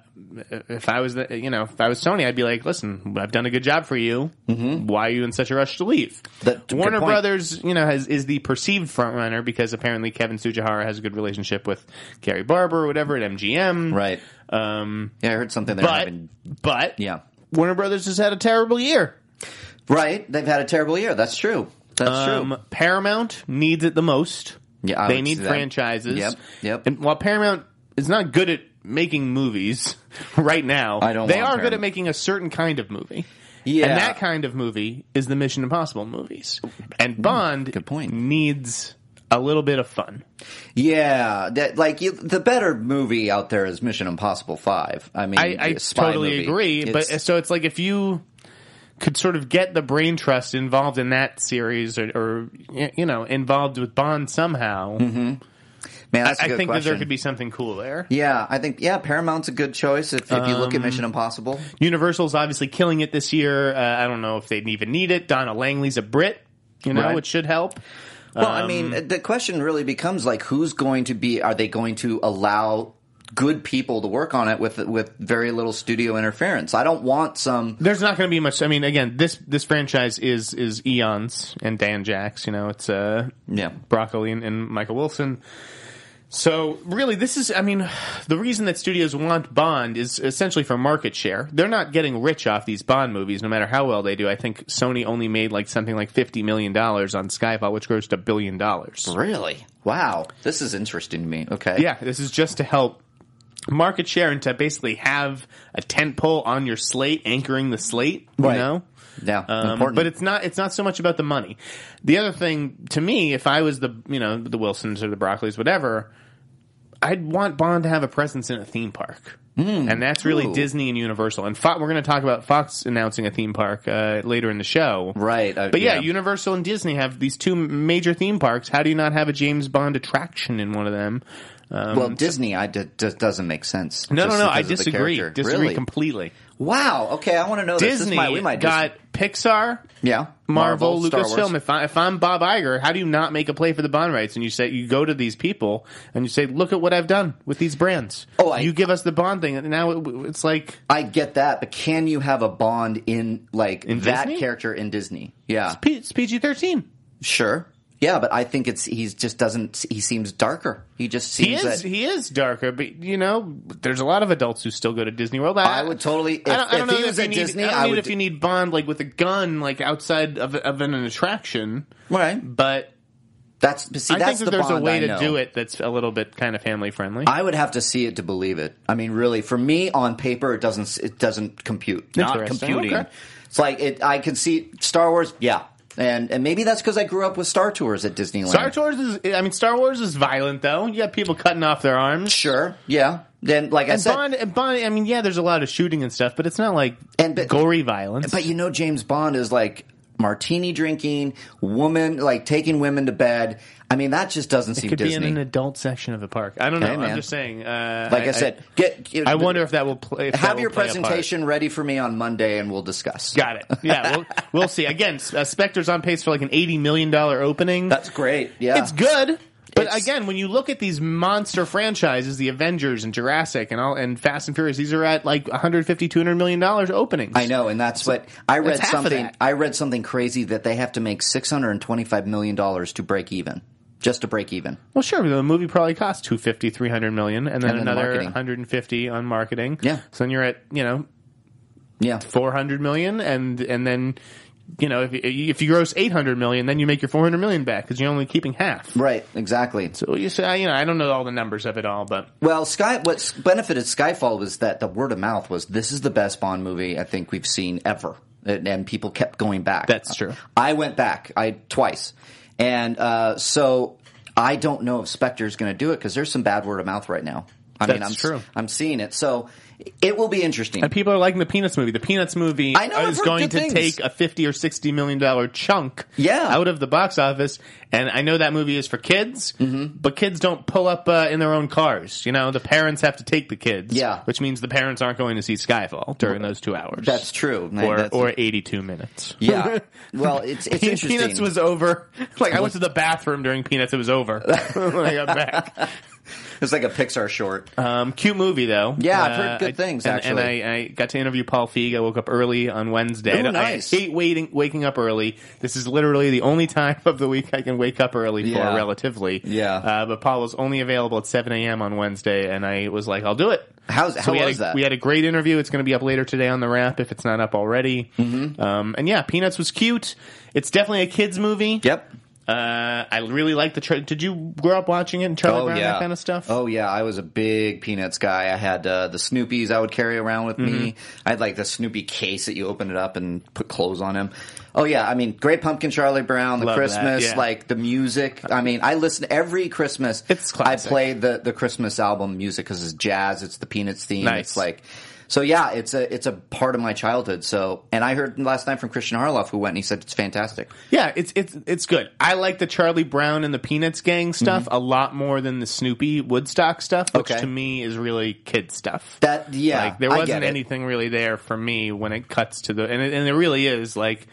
S3: if I was, the, you know, if I was Sony, I'd be like, listen, I've done a good job for you. Why are you in such a rush to leave?
S2: Mm-hmm. That- good
S3: Warner
S2: point.
S3: Brothers, you know, has, is the perceived frontrunner because apparently Kevin Sujihara has a good relationship with Gary Barber or whatever at MGM.
S2: right.
S3: Um,
S2: Yeah, I heard something. They're
S3: but
S2: having,
S3: but
S2: yeah.
S3: Warner Brothers has had a terrible year.
S2: Right. They've had a terrible year. That's true. That's true.
S3: Um, Paramount needs it the most.
S2: Yeah, I
S3: they
S2: would
S3: need
S2: say that.
S3: franchises.
S2: Yep, yep.
S3: And while Paramount is not good at making movies [laughs] right now,
S2: I don't
S3: They
S2: want
S3: are good
S2: Paramount.
S3: at making a certain kind of movie.
S2: Yeah.
S3: and that kind of movie is the Mission Impossible movies. And Bond,
S2: Mm, good point.
S3: needs a little bit of fun.
S2: Yeah, that like you, the better movie out there is Mission Impossible Five. I mean,
S3: I, I
S2: a spy
S3: totally
S2: movie.
S3: agree. But
S2: It's-
S3: so it's like if you could sort of get the brain trust involved in that series, or, or y- you know, involved with Bond somehow.
S2: Man, that's a
S3: I
S2: good
S3: think that
S2: question.
S3: there could be something cool there.
S2: Yeah, I think yeah, Paramount's a good choice if, if you look at
S3: Um,
S2: Mission Impossible.
S3: Universal's obviously killing it this year. Uh, I don't know if they'd even need it. Donna Langley's a Brit, you know,
S2: Right.
S3: it should help.
S2: Well, I
S3: um,
S2: mean, the question really becomes like, who's going to be? Are they going to allow good people to work on it with with very little studio interference? I don't want some.
S3: There's not going to be much. I mean, again, this this franchise is is eons and Dan Jacks. You know, it's uh
S2: Yeah.
S3: broccoli and, and Michael Wilson. So really, this is I mean, the reason that studios want Bond is essentially for market share. They're not getting rich off these Bond movies, no matter how well they do. I think Sony only made like something like fifty million dollars on Skyfall, which grossed a billion dollars.
S2: Really? Wow. This is interesting to me. Okay.
S3: Yeah, this is just to help market share and to basically have a tent pole on your slate, anchoring the slate. You
S2: Right.
S3: know.
S2: Yeah.
S3: Um,
S2: important.
S3: but it's not it's not so much about the money. The other thing to me, if I was the you know the Wilsons or the Broccoli's, whatever, I'd want Bond to have a presence in a theme park, and that's really
S2: Hmm. Ooh.
S3: Disney and Universal. And Fo- we're going to talk about Fox announcing a theme park uh, later in the show,
S2: right. Uh, I-
S3: But yeah, Universal and Disney have these two major theme parks. How do you not have a James Bond attraction in one of them? Um,
S2: well, Disney, I d- d- doesn't make sense.
S3: no, no,
S2: just
S3: no.
S2: because
S3: I
S2: of the
S3: disagree.
S2: character.
S3: Disagree
S2: Really?
S3: completely.
S2: wow. Okay. I want to know. this. This
S3: Disney
S2: might, we might dis-
S3: got Pixar,
S2: yeah.
S3: Marvel,
S2: Star Wars.
S3: Lucasfilm. If, I, if I'm Bob Iger, how do you not make a play for the bond rights? And you say you go to these people and you say, "Look at what I've done with these brands.
S2: Oh, I-
S3: you give us the bond thing, and now it, it's like
S2: I get that, but can you have a Bond in like
S3: In
S2: that
S3: Disney?
S2: character in Disney? Yeah,
S3: P- it's PG thirteen.
S2: sure. Yeah, but I think it's he's just doesn't. He seems darker. He just
S3: He
S2: seems
S3: is
S2: that.
S3: he is darker, but you know, there's a lot of adults who still go to Disney World.
S2: I would totally. If, if he was
S3: you
S2: at
S3: need,
S2: Disney,
S3: I don't
S2: I,
S3: need
S2: would.
S3: if you need Bond like with a gun, like outside of, of an attraction.
S2: right.
S3: But
S2: That's but see.
S3: I
S2: that's
S3: think that
S2: the
S3: there's
S2: Bond
S3: a way
S2: I
S3: to
S2: know.
S3: do it that's a little bit kind of family friendly.
S2: I would have to see it to believe it. I mean, really, for me on paper, it doesn't it doesn't compute. Not
S3: Interesting.
S2: computing.
S3: Okay.
S2: It's like it. I can see Star Wars. Yeah, and and maybe that's because I grew up with Star Tours at Disneyland.
S3: Star Wars is, I mean, Star Wars is violent though. You got people cutting off their arms.
S2: Sure. Yeah. Then, like I
S3: And
S2: said,
S3: Bond, and Bond, I mean, yeah, there's a lot of shooting and stuff, but it's not like
S2: And but-
S3: gory violence.
S2: But you know, James Bond is like martini drinking, woman like taking women to bed. I mean, that just doesn't seem
S3: could be
S2: Disney.
S3: in an adult section of the park. I don't know.
S2: Hey, man.
S3: I'm just saying. Uh,
S2: like I, said, get.
S3: I, wonder if that will play. if that
S2: have
S3: will
S2: your
S3: play a part.
S2: presentation ready for me on Monday, and we'll discuss.
S3: Got it. Yeah, we'll, we'll see. Again, S- uh, Spectre's on pace for like an eighty million dollar opening.
S2: That's great. Yeah,
S3: It's good. But
S2: It's-
S3: again, when you look at these monster franchises, the Avengers and Jurassic and all and Fast and Furious, these are at like 150 200 million dollars openings.
S2: I know, and that's what I read
S3: half of
S2: something.
S3: that.
S2: I read something crazy that they have to make six hundred and twenty-five million dollars to break even, just to break even.
S3: Well, sure, the movie probably costs 250, 300 million, and then,
S2: And then
S3: another
S2: marketing.
S3: 150 on marketing.
S2: Yeah.
S3: So then you're at, you know,
S2: Yeah,
S3: 400 million, and, and then, you know, if, you- if you gross 800 million, then you make your 400 million back because you're only keeping half.
S2: right. Exactly.
S3: So you say, you know, I don't know all the numbers of it all, but
S2: Well, Sky, what benefited Skyfall was that the word of mouth was this is the best Bond movie I think we've seen ever, and, and people kept going back.
S3: That's true.
S2: I went back, I twice, and uh, so I don't know if Spectre's going to do it because there's some bad word of mouth right now. I mean,
S3: That's
S2: I'm,
S3: true.
S2: I'm seeing it, so it will be interesting.
S3: And people are liking the Peanuts movie. The Peanuts movie
S2: I know, I've
S3: is
S2: heard
S3: going
S2: good
S3: to
S2: things.
S3: take a fifty or sixty million dollar chunk
S2: Yeah.
S3: out of the box office. And I know that movie is for kids,
S2: Mm-hmm.
S3: but kids don't pull up uh, in their own cars. You know, the parents have to take the kids.
S2: Yeah.
S3: which means the parents aren't going to see Skyfall during those two hours.
S2: That's true.
S3: Or,
S2: That's-
S3: or 82 minutes.
S2: [laughs] yeah.
S3: [laughs]
S2: Well, it's it's
S3: Pe-
S2: interesting.
S3: Peanuts was over. [laughs] Like, I went to the bathroom during Peanuts. It was over [laughs] when I got back.
S2: it's like a Pixar short.
S3: Um, cute movie though. Uh,
S2: Yeah, I've heard good
S3: I-
S2: things,
S3: and- and,
S2: actually.
S3: I, I got to interview Paul Feig. I woke up early on Wednesday.
S2: Ooh,
S3: I don't-
S2: nice.
S3: I hate waiting, waking up early. This is literally the only time [laughs] of the week I can wake up early
S2: Yeah.
S3: for, relatively.
S2: Yeah.
S3: Uh, but Paul was only available at 7 a.m. on Wednesday, and I was like, I'll do it.
S2: How's- how
S3: we had
S2: was
S3: a,
S2: that?
S3: We had a great interview. It's going to be up later today on the wrap if it's not up already.
S2: Mm-hmm.
S3: Um, and yeah, Peanuts was cute. It's definitely a kids movie.
S2: Yep.
S3: Uh, I really like the. Tra- Did you grow up watching it and Charlie Brown that kind of stuff?
S2: Oh yeah, I was a big Peanuts guy. I had uh, the Snoopies I would carry around with me.
S3: Mm-hmm.
S2: I had like the Snoopy case that you open it up and put clothes on him. Oh yeah, I mean, Great Pumpkin, Charlie Brown, the
S3: Love that,
S2: Christmas,
S3: yeah.
S2: like the music. I mean, I listen every Christmas.
S3: It's
S2: I
S3: classic.
S2: play the the Christmas album music because it's jazz. It's the Peanuts theme.
S3: Nice.
S2: It's like. So yeah, it's a it's a part of my childhood. So and I heard last night from Christian Harloff who went and he said it's fantastic.
S3: Yeah, it's it's it's good. I like the Charlie Brown and the Peanuts gang stuff a lot more than the Snoopy Woodstock stuff, which
S2: Mm-hmm. Okay.
S3: to me is really kid stuff.
S2: That yeah,
S3: like there
S2: I
S3: wasn't
S2: get it.
S3: anything really there for me when it cuts to the and it, and it really is like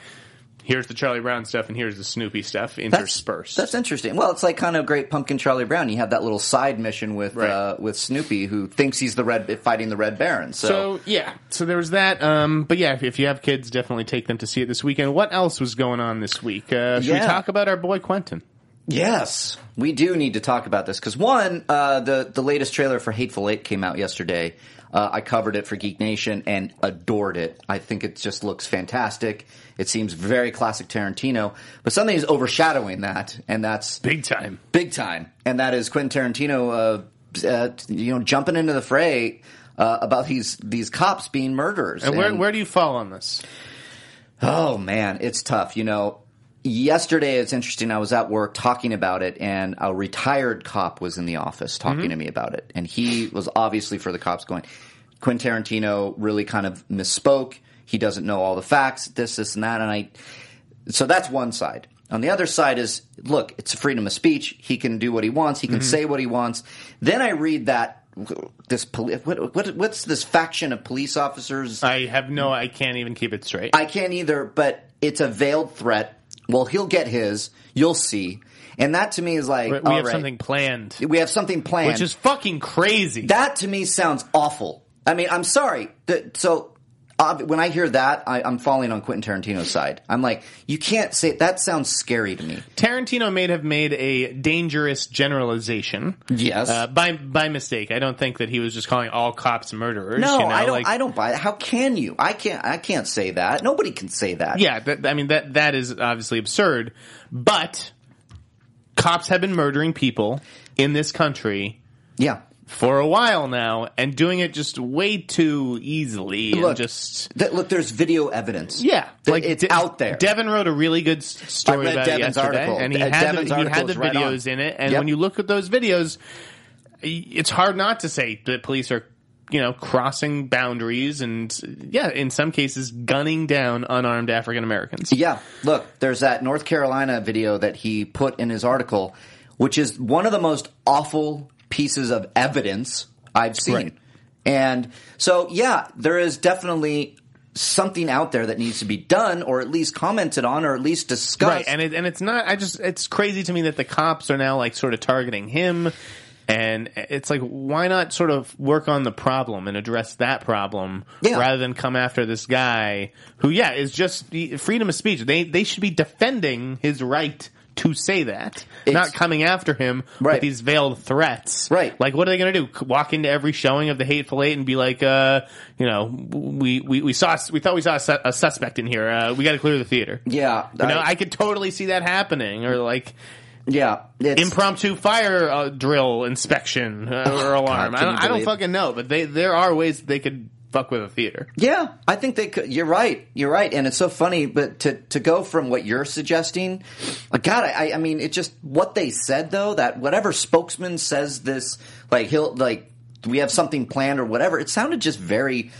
S3: here's the Charlie Brown stuff and here's the Snoopy stuff interspersed.
S2: That's interesting. Well, it's like kind of great pumpkin Charlie Brown. You have that little side mission with
S3: Right.
S2: uh, with Snoopy who thinks he's the red fighting the Red Baron. So,
S3: so yeah, so there was that. Um, but yeah, if, if you have kids, definitely take them to see it this weekend. What else was going on this week? Uh, should we
S2: Yeah.
S3: talk about our boy Quentin?
S2: yes, we do need to talk about this because one, uh, the the latest trailer for Hateful Eight came out yesterday. Uh, I covered it for Geek Nation and adored it. I think it just looks fantastic. It seems very classic Tarantino, but something is overshadowing that, and that's
S3: Big time.
S2: big time, and that is Quentin Tarantino. Uh, uh, you know, jumping into the fray uh, about these these cops being murderers.
S3: And where
S2: And-
S3: where do you fall on this?
S2: Oh man, it's tough. You know, yesterday it's interesting. I was at work talking about it, and a retired cop was in the office talking to me about it, and he was obviously for the cops going. Quentin Tarantino really kind of misspoke. He doesn't know all the facts, this, this, and that. And I, so that's one side. On the other side is look, it's freedom of speech. He can do what he wants. He can say what he wants. Then I read that this poli- what, what what's this faction of police officers?
S3: I have no. I can't even keep it straight.
S2: I can't either, but it's a veiled threat. Well, he'll get his. You'll see. And that to me is like,
S3: But we
S2: all
S3: have
S2: right.
S3: something planned,
S2: We have something planned.
S3: which is fucking crazy.
S2: that to me sounds awful. I mean, I'm sorry. The- so ob- when I hear that, I, I'm falling on Quentin Tarantino's side. I'm like, you can't say that sounds scary to me.
S3: Tarantino may have made a dangerous generalization.
S2: Yes.
S3: Uh, by by mistake, I don't think that he was just calling all cops murderers.
S2: no,
S3: you know,
S2: I don't.
S3: like-
S2: I don't buy that. How can you? I can't. I can't say that. Nobody can say that.
S3: Yeah, that, I mean that that is obviously absurd, but cops have been murdering people in this country
S2: Yeah.
S3: for a while now, and doing it just way too easily. and
S2: Look.
S3: just
S2: Th- look, there's video evidence.
S3: Yeah,
S2: Th- it's
S3: De-
S2: out there.
S3: Devin wrote a really good s- story
S2: I read
S3: about it
S2: Devin's
S3: yesterday,
S2: article.
S3: and he
S2: De-
S3: had
S2: Devin's
S3: the, he had
S2: article
S3: the
S2: is right on.
S3: videos in it. And
S2: Yep.
S3: when you look at those videos, y- it's hard not to say that police are, you know, crossing boundaries and yeah, in some cases, gunning down unarmed African Americans.
S2: Yeah, look, there's that North Carolina video that he put in his article, which is one of the most awful pieces of evidence I've seen.
S3: Right.
S2: And so, yeah, there is definitely something out there that needs to be done, or at least commented on, or at least discussed.
S3: Right, and it, and it's not. I just it's crazy to me that the cops are now like sort of targeting him, and it's like why not sort of work on the problem and address that problem
S2: Yeah.
S3: rather than come after this guy who yeah is just the- freedom of speech. They they should be defending his right. To say that, not coming after him with
S2: Right.
S3: these veiled threats.
S2: Right.
S3: Like, what are they going to do? C- Walk into every showing of the Hateful Eight and be like, uh, you know, we, we, we saw, we thought we saw a, su- a suspect in here. Uh, we got to clear the theater.
S2: yeah,
S3: You know, I could totally see that happening,
S2: [laughs]
S3: or like
S2: yeah, it's,
S3: impromptu fire uh, drill inspection uh, or alarm. I
S2: Oh, can
S3: don't,
S2: you
S3: I don't
S2: believe-
S3: fucking know, but they there are ways they could fuck with a theater.
S2: Yeah, I think they could. You're right. You're right, and it's so funny. But to to go from what you're suggesting, uh, God, I, I mean, it just what they said though. That whatever spokesman says this, like he'll like we have something planned or whatever. It sounded just very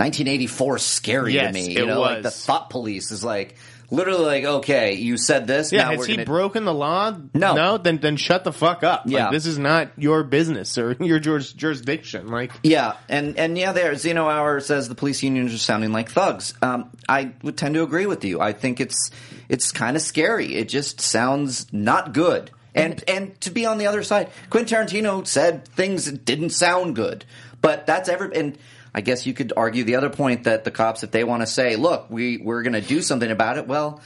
S2: 1984 scary
S3: Yes,
S2: to me.
S3: it
S2: You know, like
S3: was.
S2: the thought police is like literally like, okay, you said this.
S3: Yeah,
S2: now
S3: has
S2: we're
S3: he
S2: gonna-
S3: broken the law?
S2: No.
S3: no. Then then shut the fuck up. Like,
S2: Yeah.
S3: this is not your business or [laughs] your juris- jurisdiction. Like,
S2: Yeah, and and yeah, there Zeno Hour says the police unions are sounding like thugs. Um, I would tend to agree with you. I think it's it's kind of scary. It just sounds not good. And and to be on the other side, Quentin Tarantino said things that didn't sound good. But that's every and I guess you could argue the other point that the cops, if they want to say, look, we we're going to do something about it, well,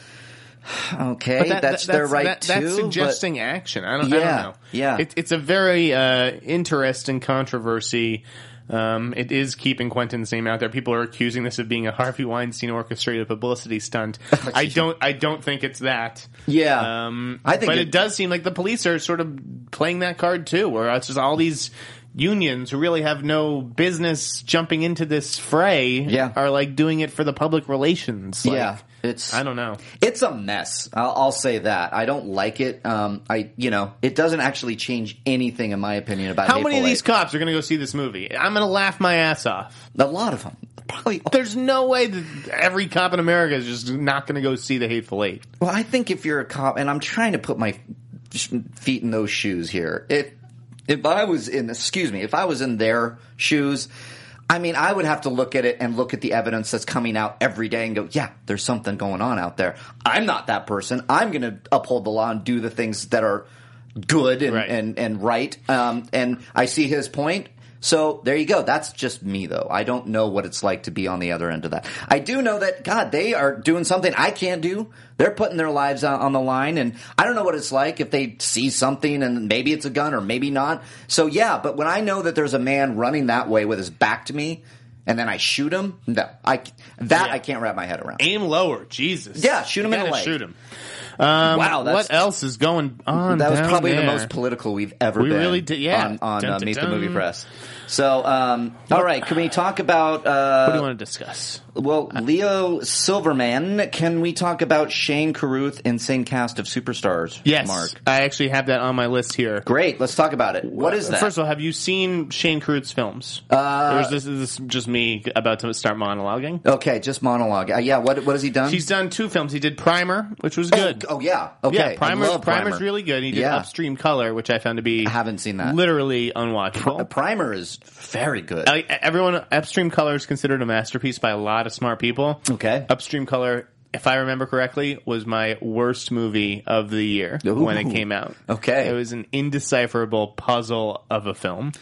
S2: [sighs] okay,
S3: that-
S2: that's,
S3: that-
S2: their right
S3: that-
S2: too.
S3: That's
S2: but-
S3: suggesting action. I don't, I don't
S2: Yeah,
S3: know.
S2: yeah.
S3: It, it's a very uh, interesting controversy. Um, it is keeping Quentin's name out there. People are accusing this of being a Harvey Weinstein orchestrated publicity stunt.
S2: [laughs]
S3: I don't. I don't think it's that.
S2: yeah,
S3: Um,
S2: I think
S3: but it,
S2: it-
S3: does seem like the police are sort of playing that card too, where it's just all these unions who really have no business jumping into this fray
S2: Yeah.
S3: are like doing it for the public relations. Like,
S2: yeah. It's
S3: I don't know.
S2: It's a mess. I'll, I'll say that. I don't like it. Um, I, you know, it doesn't actually change anything in my opinion about
S3: How many
S2: Hateful
S3: of these
S2: Eight.
S3: cops are going to go see this movie? I'm going to laugh my ass off.
S2: a lot of them. probably.
S3: There's no way that every cop in America is just not going to go see The Hateful Eight.
S2: Well, I think if you're a cop, and I'm trying to put my sh- feet in those shoes here. If if I was in, excuse me, if I was in their shoes, I mean, I would have to look at it and look at the evidence that's coming out every day and go, yeah, there's something going on out there. I'm not that person. I'm going to uphold the law and do the things that are good and
S3: Right.
S2: and, and right. Um, and I see his point. So there you go. That's just me though. I don't know what it's like to be on the other end of that. I do know that God, they are doing something I can't do. They're putting their lives on, on the line, and I don't know what it's like if they see something and maybe it's a gun or maybe not. So yeah, but when I know that there's a man running that way with his back to me, and then I shoot him, no, I that
S3: Yeah.
S2: I can't wrap my head around.
S3: Aim lower, Jesus.
S2: Yeah, shoot 'em
S3: You
S2: in the
S3: gotta
S2: leg.
S3: Shoot him. Um,
S2: Wow, that's-
S3: what else is going on?
S2: That was
S3: down
S2: probably the
S3: there?
S2: most political we've ever
S3: We
S2: been.
S3: really did- yeah.
S2: On, on
S3: Dun,
S2: uh,
S3: dun,
S2: Meet the
S3: dun.
S2: Movie Press. So, um, all right, can we talk about?
S3: What do
S2: Uh,
S3: you want to discuss?
S2: well, Leo Silverman. Can we talk about Shane Carruth, insane cast of superstars?
S3: Yes,
S2: Mark.
S3: I actually have that on my list here.
S2: Great. Let's talk about it. What is that?
S3: First of all, have you seen Shane Crude's films? Uh, um, or is this, is this just me about to start monologuing?
S2: okay, just monologue. Uh, yeah. What What has he done?
S3: He's done two films. He did Primer, which was good.
S2: Oh, yeah. Okay.
S3: Yeah,
S2: I
S3: Primer's,
S2: love
S3: Primer's
S2: Primer.
S3: really good. He did
S2: Yeah.
S3: Upstream Color, which I found to be
S2: I haven't seen that.
S3: literally unwatchable.
S2: The Uh, Primer is very good.
S3: I- everyone, Upstream Color is considered a masterpiece by a lot of smart people.
S2: Okay.
S3: Upstream Color, if I remember correctly, was my worst movie of the year
S2: Ooh.
S3: when it came out.
S2: Okay.
S3: It was an indecipherable puzzle of a film.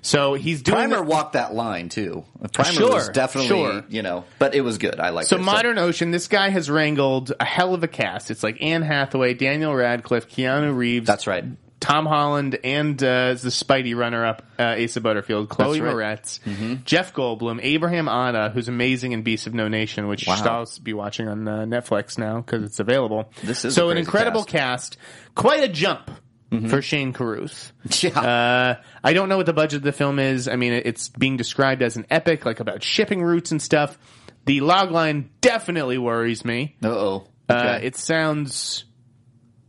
S3: So he's doing.
S2: Primer
S3: the- Uh,
S2: walked that line too. Primer
S3: Sure,
S2: was definitely,
S3: sure.
S2: you know, but it was good. I liked
S3: So
S2: it.
S3: Modern Ocean, this guy has wrangled a hell of a cast. It's like Anne Hathaway, Daniel Radcliffe, Keanu Reeves.
S2: That's right. [laughs]
S3: Tom Holland and uh, the Spidey runner-up uh, Asa Butterfield, Chloe
S2: That's right. Mm-hmm.
S3: Moretz, Jeff Goldblum, Abraham Anna, who's amazing in Beast of No Nation, which you
S2: Wow.
S3: should all be watching on uh, Netflix now because it's available.
S2: This is
S3: so
S2: a crazy
S3: an
S2: Mm-hmm.
S3: incredible cast. quite a jump for Shane Carruth.
S2: Yeah.
S3: Uh, I don't know what the budget of the film is. I mean, it- it's being described as an epic, like about shipping routes and stuff. The logline definitely worries me.
S2: Uh-oh.
S3: Uh, it sounds.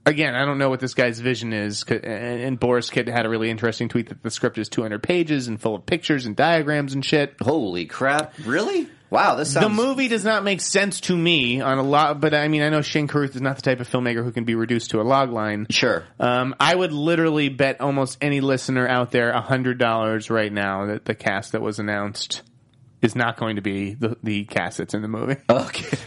S3: Again, I don't know what this guy's vision is. 'cause- And and Boris Kidd had a really interesting tweet that the script is 200 pages and full of pictures and diagrams and shit.
S2: Holy crap. Really? Wow, this sounds
S3: The movie does not make sense to me on a lot, but I mean, I know Shane Carruth is not the type of filmmaker who can be reduced to a logline.
S2: Sure.
S3: Um, I would literally bet almost any listener out there $100 right now that the cast that was announced is not going to be the, the cast that's in the movie.
S2: Okay.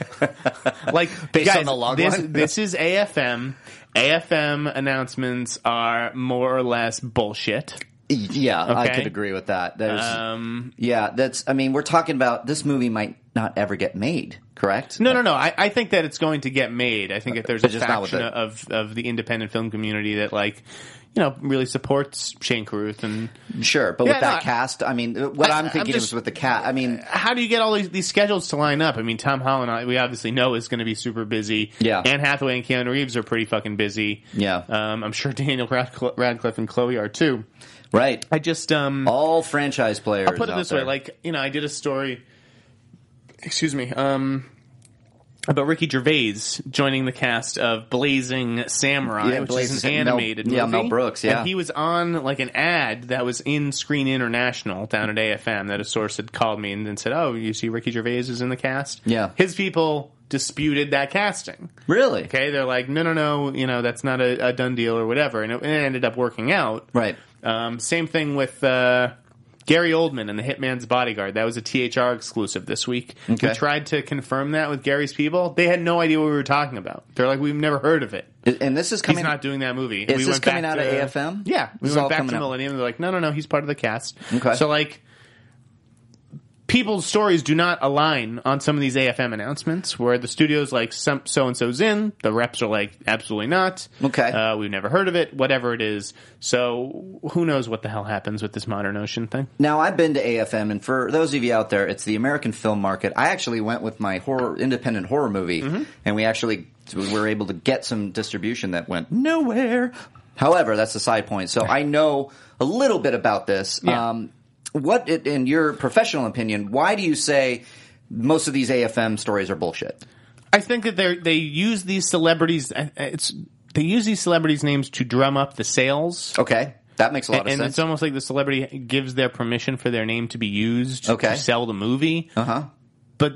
S3: like
S2: [laughs] Based
S3: guys,
S2: on the log
S3: this,
S2: line?
S3: this is AFM. AFM announcements are more or less bullshit.
S2: [laughs] yeah, I
S3: Okay. Um,
S2: could agree with that. There's Yeah, that's I mean, we're talking about this movie might not ever get made, correct?
S3: No, no, no. I, I think that it's going to get made. I think that there's a
S2: But just not with
S3: faction
S2: it.
S3: of of the independent film community that like, you know, really supports Shane Carruth. And
S2: Uh, Sure, but
S3: Yeah,
S2: with that
S3: no, I-
S2: cast, I mean, uh, what
S3: I-
S2: I, am
S3: I'm
S2: thinking
S3: just-
S2: is with the cat. I mean,
S3: how do you get all these, these schedules to line up? I mean, Tom Holland, I- we obviously know is going to be super busy.
S2: Yeah.
S3: Anne Hathaway and Keanu Reeves are pretty fucking busy.
S2: Yeah.
S3: Um, I'm sure [laughs] Daniel Radcl- Radcliffe and Chloe are too.
S2: right.
S3: I just um.
S2: All franchise players.
S3: I'll put it
S2: out
S3: this way:
S2: there.
S3: like you know, I did a story. Excuse me. Um. About Ricky Gervais joining the cast of Blazing Samurai,
S2: Yeah,
S3: which
S2: Blazing
S3: is an
S2: Sam- Mel-
S3: animated
S2: yeah,
S3: movie.
S2: Mel Brooks, yeah.
S3: And he was on like an ad that was in Screen International down at AFM that a source had called me and then said, "Oh, you see Ricky Gervais is in the cast."
S2: Yeah.
S3: his people disputed that casting.
S2: really?
S3: Okay, they're like, "No, no, no, you know that's not a, a done deal or whatever," and it, it ended up working out.
S2: Right.
S3: Um, same thing with uh, Gary Oldman and the Hitman's Bodyguard. That was a THR exclusive this week.
S2: Okay.
S3: We tried to confirm that with Gary's people. They had no idea what we were talking about. They're like, we've never heard of it.
S2: And this is
S3: He's
S2: coming
S3: not doing that movie.
S2: Is this coming out of AFM?
S3: Yeah, we
S2: This is all
S3: went back
S2: coming
S3: to
S2: out.
S3: Millennium. They're like, no, no, no, he's part of the cast.
S2: Okay.
S3: So like. People's stories do not align on some of these AFM announcements, where the studio's like some so and so's in, the reps are like absolutely not.
S2: Okay.
S3: uh, we've never heard of it, whatever it is. So who knows what the hell happens with this modern ocean thing?
S2: Now I've been to AFM, and for those of you out there, it's the American Film Market. I actually went with my horror independent horror movie,
S3: Mm-hmm.
S2: and we actually were able to get some distribution that went nowhere. However, that's a side point. So I know a little bit about this.
S3: Yeah.
S2: Um, what, it, in your professional opinion, why do you say most of these AFM stories are bullshit?
S3: I think that they they use these celebrities. uh, It's they use these celebrities' names to drum up the sales.
S2: Okay, that makes a lot of
S3: And
S2: sense.
S3: it's almost like the celebrity gives their permission for their name to be used
S2: Okay.
S3: to sell the movie.
S2: Uh huh.
S3: but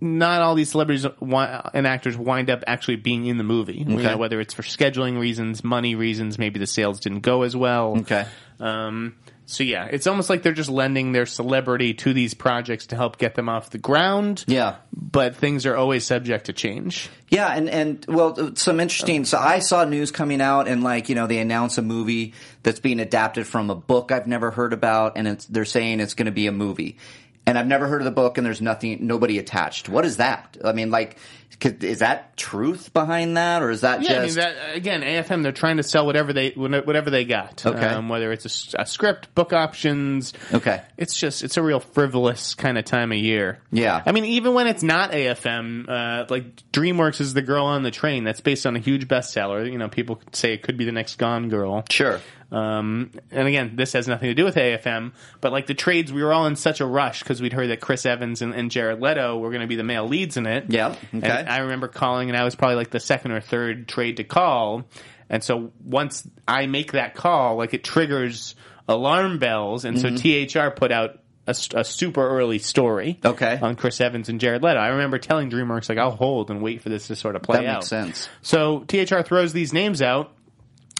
S3: not all these celebrities wi- and actors wind up actually being in the movie. You
S2: Okay.
S3: know, whether it's for scheduling reasons, money reasons, maybe the sales didn't go as well.
S2: Okay.
S3: Um, so yeah, it's almost like they're just lending their celebrity to these projects to help get them off the ground.
S2: Yeah.
S3: But things are always subject to change.
S2: Yeah, and and well, uh, some interesting. So I saw news coming out, and like you know, they announce a movie that's being adapted from a book I've never heard about, and it's, they're saying it's going to be a movie, and I've never heard of the book, and there's nothing, nobody attached. What is that? I mean, like, could, is that truth behind that, or is that
S3: Yeah,
S2: just
S3: I mean that again. AFM they're trying to sell whatever they whatever they got.
S2: Okay.
S3: um, whether it's a s- a, script, book options.
S2: Okay.
S3: it's just it's a real frivolous kind of time of year.
S2: Yeah.
S3: I mean even when it's not AFM, uh, like DreamWorks is the girl on the train that's based on a huge bestseller. You know, people say it could be the next Gone Girl.
S2: sure?
S3: Um, and again, this has nothing to do with AFM, but like the trades, we were all in such a rush because we'd heard that Chris Evans and, and Jared Leto were going to be the male leads in it.
S2: Yeah, okay.
S3: And I remember calling, and I was probably like the second or third trade to call. And so once I make that call, like it triggers alarm bells, and
S2: Mm-hmm.
S3: so THR put out. A, s- a super early story,
S2: Okay.
S3: on Chris Evans and Jared Leto. I remember telling DreamWorks like I'll hold and wait for this to sort of play
S2: That
S3: out.
S2: makes sense.
S3: So THR throws these names out,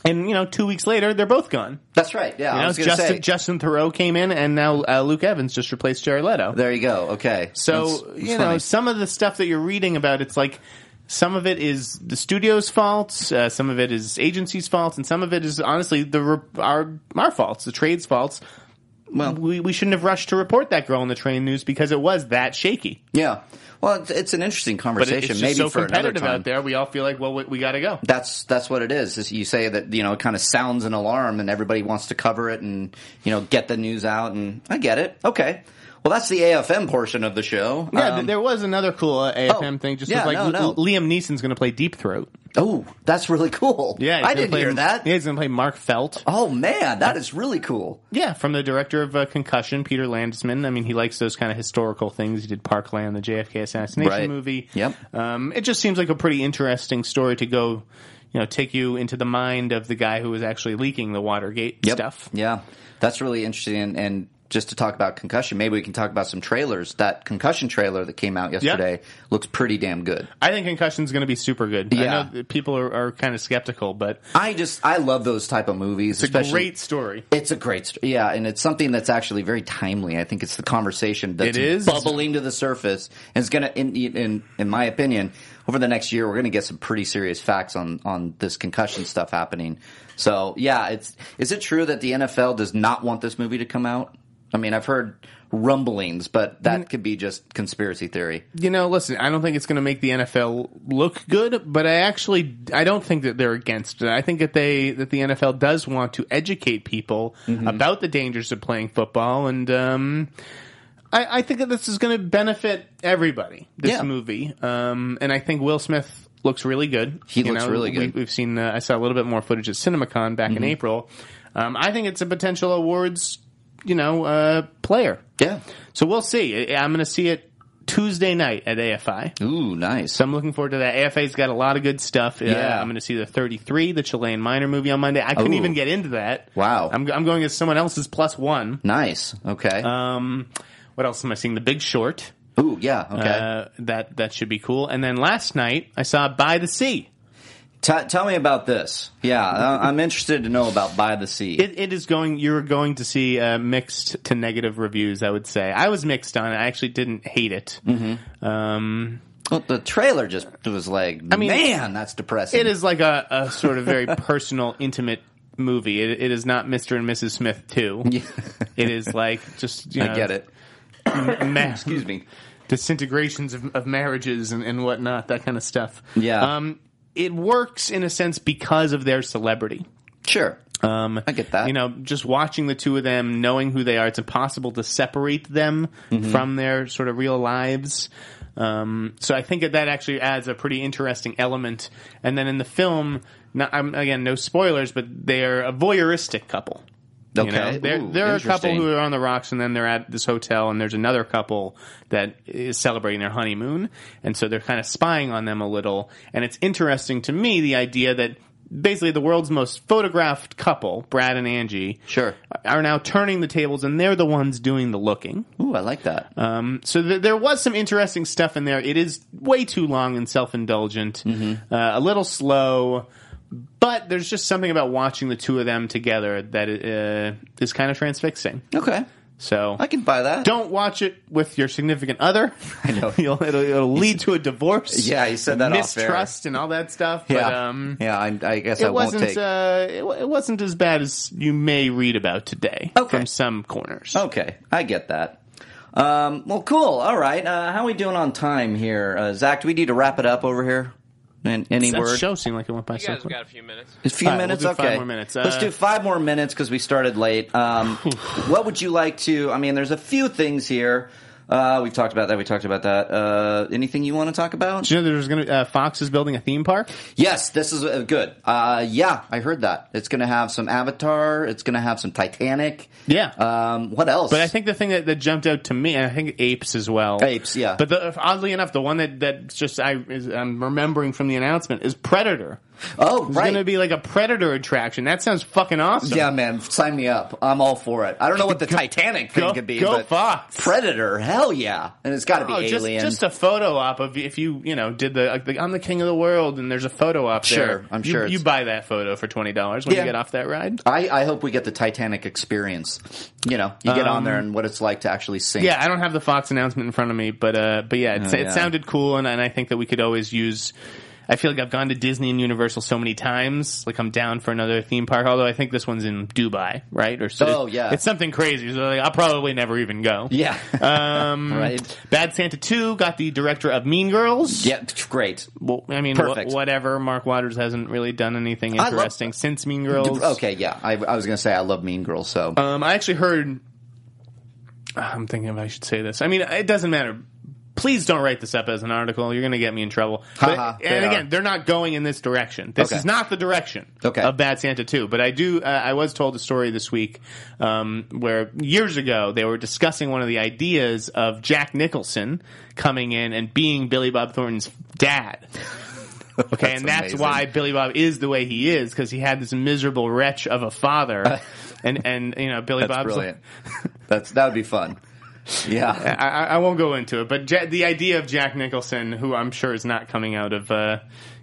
S3: and you know, two weeks later, they're both gone.
S2: That's right. Yeah,
S3: You
S2: I
S3: know,
S2: was going to
S3: Justin
S2: say.
S3: Justin Thoreau came in, and now uh, Luke Evans just replaced Jared Leto.
S2: there you go. Okay.
S3: so
S2: That's- that's
S3: you know,
S2: funny.
S3: some of the stuff that you're reading about, it's like some of it is the studio's fault, uh, some of it is agency's fault, and some of it is honestly the re- our our faults, the trade's faults.
S2: Well-
S3: we, we shouldn't have rushed to report that girl in the train news because it was that shaky.
S2: yeah. Well, it's, it's an interesting
S3: But
S2: conversation.
S3: it- it's just
S2: Maybe
S3: so
S2: for another
S3: competitive
S2: time.
S3: out there. We all feel like, well, we, we got to go.
S2: that's that's what it is. is you say that you know it kind of sounds an alarm, and everybody wants to cover it and you know get the news out. And I get it. Okay. Well, that's the AFM portion of the show.
S3: Yeah,
S2: Um,
S3: th- there was another cool uh, AFM
S2: oh,
S3: thing. Just
S2: yeah,
S3: with, like
S2: no, no.
S3: L- Liam Neeson's going to play Deep Throat.
S2: oh, that's really cool.
S3: he's
S2: I
S3: gonna
S2: didn't
S3: play,
S2: hear that.
S3: Yeah, he's going to play Mark Felt.
S2: Oh man, that is really cool.
S3: Yeah, from the director of uh, Concussion, Peter Landesman. I mean, he likes those kind of historical things. He did Parkland, the JFK assassination
S2: Right.
S3: movie.
S2: Yep.
S3: Um, it just seems like a pretty interesting story to go, you know, take you into the mind of the guy who was actually leaking the Watergate
S2: Yep.
S3: stuff.
S2: Yeah, that's really interesting. And, and just to talk about concussion, maybe we can talk about some trailers. That concussion trailer that came out yesterday looks pretty damn good.
S3: I think Concussion's going to be super good. I
S2: Yeah.
S3: know that people are, are kind of skeptical, but
S2: I just I love those type of movies.
S3: it's a
S2: especially,
S3: great story.
S2: It's a great, st- yeah, and it's something that's actually very timely. I think it's the conversation that's
S3: It is.
S2: bubbling to the surface, and it's gonna, in, in in my opinion, over the next year, we're gonna get some pretty serious facts on on this concussion stuff happening. So, yeah, it's is it true that the NFL does not want this movie to come out? I mean, I've heard rumblings, but
S3: Mm.
S2: that could be just conspiracy theory.
S3: You know, listen, I don't think it's going to make the NFL look good, but I actually I don't think that they're against it. I think that they that the NFL does want to educate people
S2: Mm-hmm.
S3: about the dangers of playing football, and um, I, I think that this is going to benefit everybody. This
S2: Yeah.
S3: movie, um, and I think Will Smith looks really good.
S2: He looks really good. Mm-hmm.
S3: We, we've seen. Uh, I saw a little bit more footage at CinemaCon back in April. Um, I think it's a potential awards, you know, uh, player.
S2: Yeah.
S3: So we'll see. I- I'm going to see it Tuesday night at AFI.
S2: Ooh, nice.
S3: So I'm looking forward to that. AFA's got a lot of good stuff. Uh,
S2: Yeah.
S3: I'm going to see the 33, the Chilean minor movie on Monday. I couldn't
S2: Ooh.
S3: even get into that.
S2: Wow.
S3: I'm, I'm going as someone else's plus one.
S2: nice. Okay.
S3: Um, what else am I seeing? The Big Short.
S2: Ooh, yeah. Okay.
S3: Uh, that that should be cool. And then last night I saw By the Sea.
S2: T- tell me about this. Yeah, I- I'm interested to know about By the Sea.
S3: It, it is going. You're going to see uh, mixed to negative reviews. I would say I was mixed on it. I actually didn't hate it. Um,
S2: Well, the trailer just was like,
S3: mean,
S2: man, that's depressing.
S3: It is like a, a sort of very personal, intimate movie. It, it is not Mr. and Mrs. Smith too. it is like just you
S2: [laughs]
S3: know,
S2: I get
S3: [laughs]
S2: it.
S3: ma-
S2: Excuse me.
S3: disintegrations of, of marriages and, and whatnot, that kind of stuff.
S2: Yeah.
S3: Um, it works in a sense because of their celebrity.
S2: Sure. Um, I get that.
S3: You know, just watching the two of them, knowing who they are, it's impossible to separate them from their sort of real lives. Um, so I think that that actually adds a pretty interesting element. And then in the film, not, I'm, again, no spoilers, but they're a voyeuristic couple.
S2: okay.
S3: You know, there,
S2: Ooh,
S3: there are a couple
S2: interesting.
S3: who are on the rocks, and then they're at this hotel, and there's another couple that is celebrating their honeymoon, and so they're kind of spying on them a little. And it's interesting to me the idea that basically the world's most photographed couple, Brad and Angie,
S2: Sure.
S3: are now turning the tables, and they're the ones doing the looking.
S2: Ooh, I like that.
S3: Um, so th- there was some interesting stuff in there. It is way too long and self indulgent,
S2: Mm-hmm.
S3: uh, a little slow, but there's just something about watching the two of them together that uh, is kind of transfixing.
S2: okay.
S3: So
S2: I can buy [laughs] that.
S3: don't watch it with your significant
S2: [laughs]
S3: other. I
S2: know.
S3: You'll, it'll, it'll lead to a [laughs] divorce.
S2: Yeah, you said that off air.
S3: mistrust and all that stuff.
S2: Yeah.
S3: But, um,
S2: yeah. I, I guess I
S3: it
S2: won't
S3: wasn't.
S2: take.
S3: Uh, it, wa- it wasn't as bad as you may read about today
S2: Okay. Oh,
S3: from some corners.
S2: okay. I get that. Um, well, cool. All right. Uh, how are we doing on time here, uh, Zach? Do we need to wrap it up over here? An- Any
S3: that
S2: word?
S3: show seemed like it went by
S4: You
S3: so
S4: guys
S3: quick.
S4: got a few minutes.
S2: A few
S3: All right, we'll
S2: minutes.
S3: do
S2: okay.
S3: five more minutes.
S2: Let's
S3: Uh,
S2: do five more minutes because we started late.
S3: [laughs]
S2: Um, what would you like to? I mean, there's a few things here. Uh, we've talked about that. We talked about that. Uh, anything you want to talk about?
S3: Do you know that there's going to uh, Fox is building a theme park?
S2: Yes, this is uh, good. Uh, yeah, I heard that. It's going to have some Avatar. It's going to have some Titanic.
S3: Yeah.
S2: Um, what else?
S3: Uh, but I think the thing that, that jumped out to me, and I think apes as well.
S2: Apes, yeah.
S3: But the, oddly enough, the one that that just I is, I'm remembering from the announcement is Predator.
S2: oh,
S3: It's
S2: right.
S3: going to be like a Predator attraction. That sounds fucking awesome.
S2: yeah, man, sign me up. I'm all for it. I don't know what the Titanic thing
S3: go-
S2: could be,
S3: go
S2: but
S3: Fox.
S2: Predator, hell yeah, and it's got to be
S3: Oh, just,
S2: Alien.
S3: just a photo op of if you you know did the, like the I'm the king of the world and there's a photo op
S2: Sure,
S3: there.
S2: I'm
S3: You-
S2: sure
S3: you,
S2: it's-
S3: buy that photo for twenty dollars when
S2: Yeah.
S3: you get off that ride.
S2: I, I hope we get the Titanic experience. You know, you get on there and what it's like to actually sink.
S3: Um, Yeah, I don't have the Fox announcement in front of me, but uh, but yeah, it's,
S2: Oh,
S3: it
S2: yeah.
S3: sounded cool, and, and I think that we could always use. I feel like I've gone to Disney and Universal so many times. Like I'm down for another theme park. Although I think this one's in Dubai, right? Or so
S2: Oh, yeah.
S3: it's something crazy. So like, I'll probably never even go.
S2: [laughs] yeah, [laughs]
S3: Um,
S2: Right.
S3: Bad Santa Two got the director of Mean Girls.
S2: yeah, great.
S3: Well, I mean,
S2: Perfect.
S3: wh- whatever. Mark Waters hasn't really done anything
S2: love- Oh,
S3: interesting since Mean Girls.
S2: Okay, yeah, I, I was gonna say I love Mean Girls, so
S3: Um, I actually heard. Ah, I'm thinking if I should say this. I mean, it doesn't matter. Please don't write this up as an article. You're going to get me in trouble.
S2: Haha,
S3: But,
S2: they
S3: and again,
S2: are.
S3: they're not going in this direction. This
S2: Okay.
S3: is not the direction
S2: Okay.
S3: of Bad Santa 2. But I do. Uh, I was told a story this week um, where years ago they were discussing one of the ideas of Jack Nicholson coming in and being Billy Bob Thornton's dad. Okay, and that's
S2: amazing.
S3: why Billy Bob is the way he is because he had this miserable wretch of
S2: [laughs]
S3: a father, and and you know Billy
S2: that's
S3: Bob's.
S2: brilliant. that's that would be fun. Yeah.
S3: I, I I won't go into it, but ja- the idea of Jack Nicholson, who I'm sure is not coming out of uh,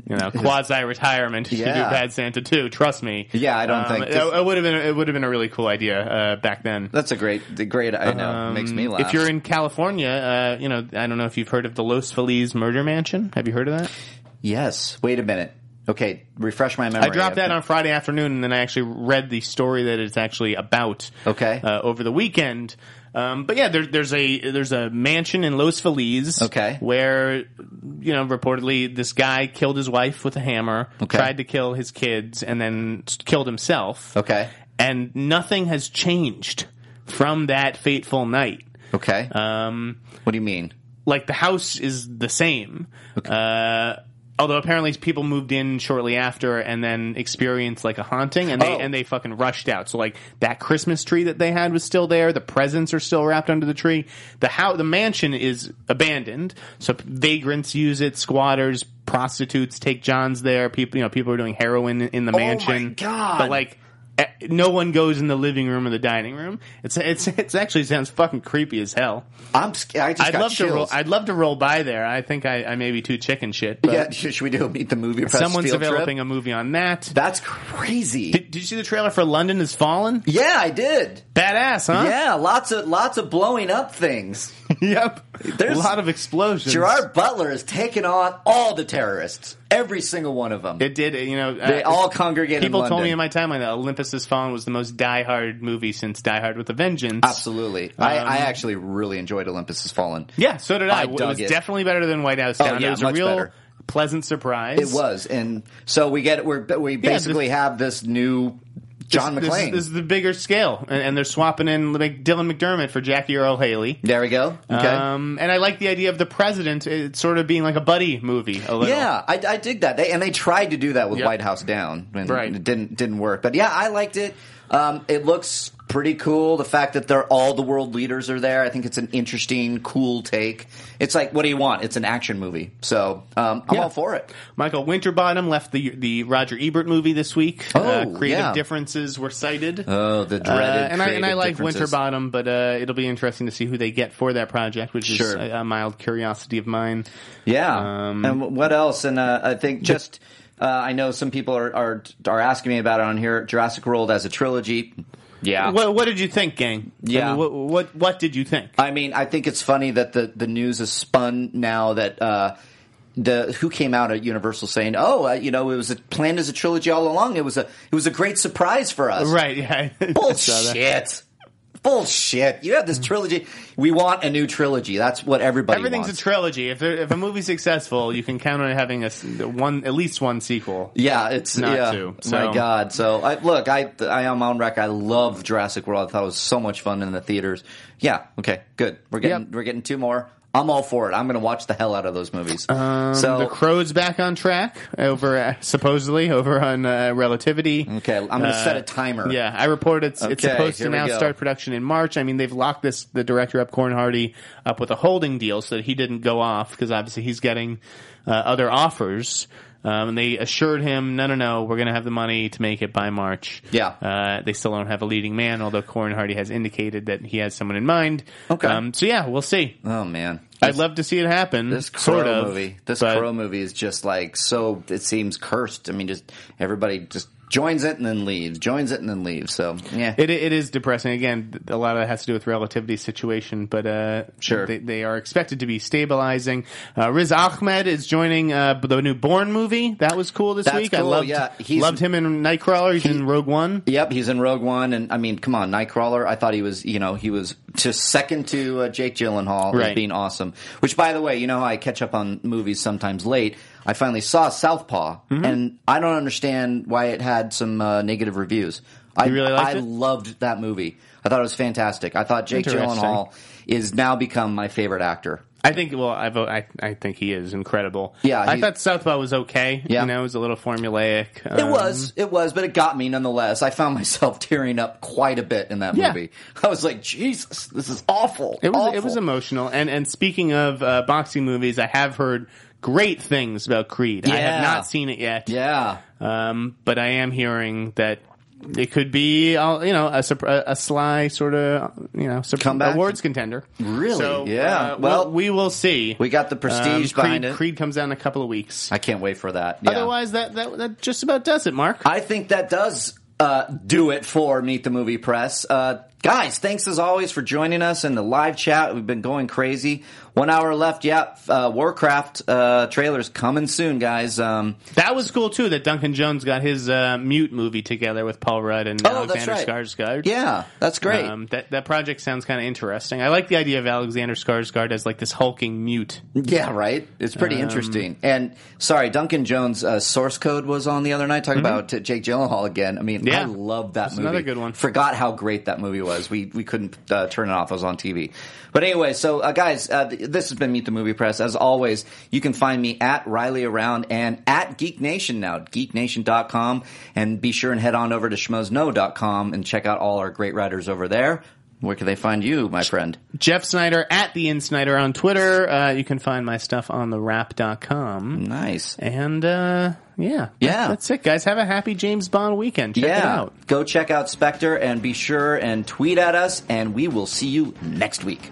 S3: you know quasi retirement to do
S2: Yeah.
S3: Bad Santa too. Trust me. Um,
S2: Yeah, I don't think
S3: it,
S2: this-
S3: it would have been it would have been a really cool idea uh, back then.
S2: That's a great, the great. I know
S3: Um,
S2: makes me laugh.
S3: If you're in California, uh, you know I don't know if you've heard of the Los Feliz Murder Mansion. Have you heard of that?
S2: yes. Wait a minute. Okay, refresh my memory.
S3: I dropped that on Friday afternoon, and then I actually read the story that it's actually about.
S2: Okay.
S3: Uh, over the weekend. Um, but yeah, there, there's a there's a mansion in Los Feliz.
S2: Okay.
S3: Where you know reportedly this guy killed his wife with a hammer.
S2: Okay.
S3: Tried to kill his kids and then s- killed himself.
S2: Okay.
S3: And nothing has changed from that fateful night.
S2: Okay.
S3: Um,
S2: what do you mean?
S3: like the house is the same. Uh, although apparently people moved in shortly after and then experienced like a haunting and they
S2: Oh.
S3: and they fucking rushed out. So like that Christmas tree that they had was still there. The presents are still wrapped under the tree. The how the mansion is abandoned. So p- vagrants use it. Squatters, prostitutes take John's there. People, you know, people are doing heroin in the mansion.
S2: Oh God.
S3: But like. eh, No one goes in the living room or the dining room. It's it's it's actually sounds fucking creepy as hell.
S2: I'm. sc- I just
S3: I'd
S2: got
S3: love
S2: chills.
S3: to roll. I'd love to roll by there. I think I, I may be too chicken shit. But
S2: yeah. [laughs] Should we do a meet the movie? Press
S3: someone's
S2: field
S3: developing
S2: Trip?
S3: a movie on that.
S2: That's crazy.
S3: did, did you see the trailer for London Has Fallen?
S2: yeah, I did.
S3: Badass, huh?
S2: Yeah, lots of lots of blowing up
S3: [laughs]
S2: things.
S3: yep.
S2: There's-
S3: a lot of explosions.
S2: Gerard Butler is taking on all the terrorists, every single one of them.
S3: It did. You know, uh,
S2: they all congregate.
S3: People
S2: in
S3: told
S2: London.
S3: me in my timeline that Olympus Has Fallen was the most Die Hard movie since Die Hard with a Vengeance.
S2: Absolutely, I, I actually really enjoyed Olympus Has Fallen.
S3: Um, Yeah, so did I.
S2: I
S3: it
S2: dug
S3: was
S2: it. Oh,
S3: definitely better than White House Down.
S2: yeah,
S3: it was a
S2: much
S3: real
S2: better.
S3: pleasant surprise.
S2: It was, and so we get we're, we basically have this new John
S3: This, is-
S2: McClane.
S3: this is the bigger scale, and, and they're swapping in like, Dylan McDermott for Jackie Earl Haley.
S2: there we go. Okay.
S3: Um, and I like the idea of the president it sort of being like a buddy movie. A little.
S2: yeah, I, I dig that. They and they tried to do that with
S3: uh, Yep.
S2: White House Down, and
S3: Right.
S2: it didn't didn't work. But yeah, I liked it. Um, it looks pretty cool. The fact that they're all the world leaders are there, I think it's an interesting, cool take. It's like, what do you want? It's an action movie, so um, I'm
S3: Yeah.
S2: all for it.
S3: Michael Winterbottom left the the Roger Ebert movie this week. uh,
S2: Oh,
S3: creative
S2: yeah.
S3: differences were cited.
S2: Oh, the
S3: Uh,
S2: dreaded
S3: and I and I
S2: creative
S3: like
S2: differences.
S3: Winterbottom, but uh, it'll be interesting to see who they get for that project, which is
S2: Sure.
S3: a, a mild curiosity of mine.
S2: Yeah.
S3: Um,
S2: and wh- what else? And uh, I think just uh, I know some people are, are are asking me about it on here. Jurassic World as a trilogy. Yeah.
S3: What, what did you think, gang?
S2: Uh, Yeah. Uh,
S3: I mean, what, what what did you think?
S2: I mean, I think it's funny that the the news is spun now that. Uh, the who came out at Universal saying, "Oh, uh, you know, it was a, planned as a trilogy all along. It was a it was a great surprise for us."
S3: [laughs] right. Yeah. [laughs] I saw that. Mm.
S2: Bullshit. Bullshit. You have this trilogy. We want a new trilogy. That's what everybody
S3: Everything's a
S2: wants.
S3: trilogy. If there, if a movie's successful, you can count on having a s- one at least one sequel.
S2: Yeah, it's
S3: Not
S2: yeah.
S3: to,
S2: My
S3: so-
S2: God! So I, look, I I am on record. I love Jurassic World. I thought it was so much fun in the theaters. Yeah. Okay. Good. We're getting
S3: Yep.
S2: we're getting two more. I'm all for it. I'm going to watch the hell out of those movies.
S3: So Um, the
S2: so
S3: crow's back on track over uh, supposedly over on uh, relativity.
S2: okay, I'm going to
S3: Uh,
S2: set a timer.
S3: Yeah, I reported it's, it's
S2: Okay,
S3: supposed to
S2: here we
S3: now
S2: go.
S3: start production in March. I mean, they've locked this the director up Corn Hardy up with a holding deal so that he didn't go off because obviously he's getting uh, other offers. Um, and they assured him, no, no, no, we're going to have the money to make it by March.
S2: Yeah.
S3: Uh, they still don't have a leading man, although Corn Hardy has indicated that he has someone in mind.
S2: Okay.
S3: Um, so yeah, we'll see.
S2: Oh man.
S3: I'd love to see it happen.
S2: This Crow
S3: [laughs] sort of,
S2: movie, this
S3: but-
S2: Crow movie is just like so. It seems cursed. I mean, just everybody just joins it and then leaves, joins it and then leaves. So yeah,
S3: It, it is depressing. Again, th- a lot of that has to do with relativity situation, but uh,
S2: Sure.
S3: they, they are expected to be stabilizing. Uh, Riz Ahmed is joining uh, the new Born movie. That was cool this
S2: That's
S3: week. I
S2: cool,
S3: loved,
S2: yeah. He's-
S3: loved him in Nightcrawler. He's in Rogue One.
S2: Yep, he's in Rogue One, and I mean, come on, Nightcrawler. I thought he was, you know, he was just second to uh, Jake Gyllenhaal
S3: Right.
S2: as being awesome. Which, by the way, you know, how I catch up on movies sometimes late. I finally saw Southpaw,
S3: Mm-hmm.
S2: and I don't understand why it had some uh, negative reviews. I
S3: really liked
S2: I
S3: it?
S2: loved that movie. I thought it was fantastic. I thought Jake
S3: Interesting.
S2: Gyllenhaal is now become my favorite actor.
S3: I think. Well, I vote. I, I think he is incredible.
S2: Yeah,
S3: I
S2: he-
S3: thought Southpaw was okay.
S2: Yeah.
S3: you know, it was a little formulaic. Um,
S2: It was, it was, but it got me nonetheless. I found [laughs] myself tearing up quite a bit in that
S3: Yeah.
S2: movie. I was like, Jesus, this is awful.
S3: It was it
S2: awful.
S3: was emotional. And and speaking of uh, boxing movies, I have heard great things about Creed. I have
S2: Yeah.
S3: not seen it yet.
S2: Yeah.
S3: Um, but I am hearing that it could be, uh, you know, a, surp- a, a sly sort of, you know, surp-
S2: Comeback?
S3: awards contender.
S2: Really?
S3: So,
S2: Yeah.
S3: Uh, well,
S2: Well,
S3: we will see.
S2: We got the prestige
S3: Um, Creed,
S2: behind it.
S3: Creed comes out in a couple of weeks.
S2: I can't wait for that. Yeah.
S3: Otherwise, that, that that just about does it, Mark.
S2: I think that does uh, do it for Meet the Movie Press. Uh, guys, thanks as always for joining us in the live chat. We've been going crazy. One hour left. Yeah, uh, Warcraft uh, trailers coming soon, guys. Um,
S3: that was cool too. That Duncan Jones got his uh, mute movie together with Paul Rudd and
S2: Oh, that's
S3: Alexander
S2: right.
S3: Skarsgård.
S2: yeah, that's great.
S3: Um, that that project sounds kind of interesting. I like the idea of Alexander Skarsgård as like this hulking mute.
S2: yeah, right. It's
S3: Um,
S2: pretty interesting. And sorry, Duncan Jones' uh, source code was on the other night talking about uh, Jake Gyllenhaal again. I mean,
S3: Mm-hmm. Yeah.
S2: I love that movie.
S3: another good one.
S2: Forgot how great that movie was. We we couldn't uh, turn it off. It was on TV. But anyway, so uh, guys, uh, th- this has been Meet the Movie Press. As always, you can find me at Riley Around and at Geek Nation now, geeknation.com. And be sure and head on over to schmozno.com and check out all our great writers over there. Where can they find you, my friend?
S3: Jeff Snyder at the In Snyder on Twitter. Uh, you can find my stuff on therap.com.
S2: Nice.
S3: And uh, yeah,
S2: Yeah.
S3: that's it, guys. Have a happy James Bond weekend. Check it
S2: yeah.
S3: out.
S2: Go check out Spectre and be sure and tweet at us, and we will see you next week.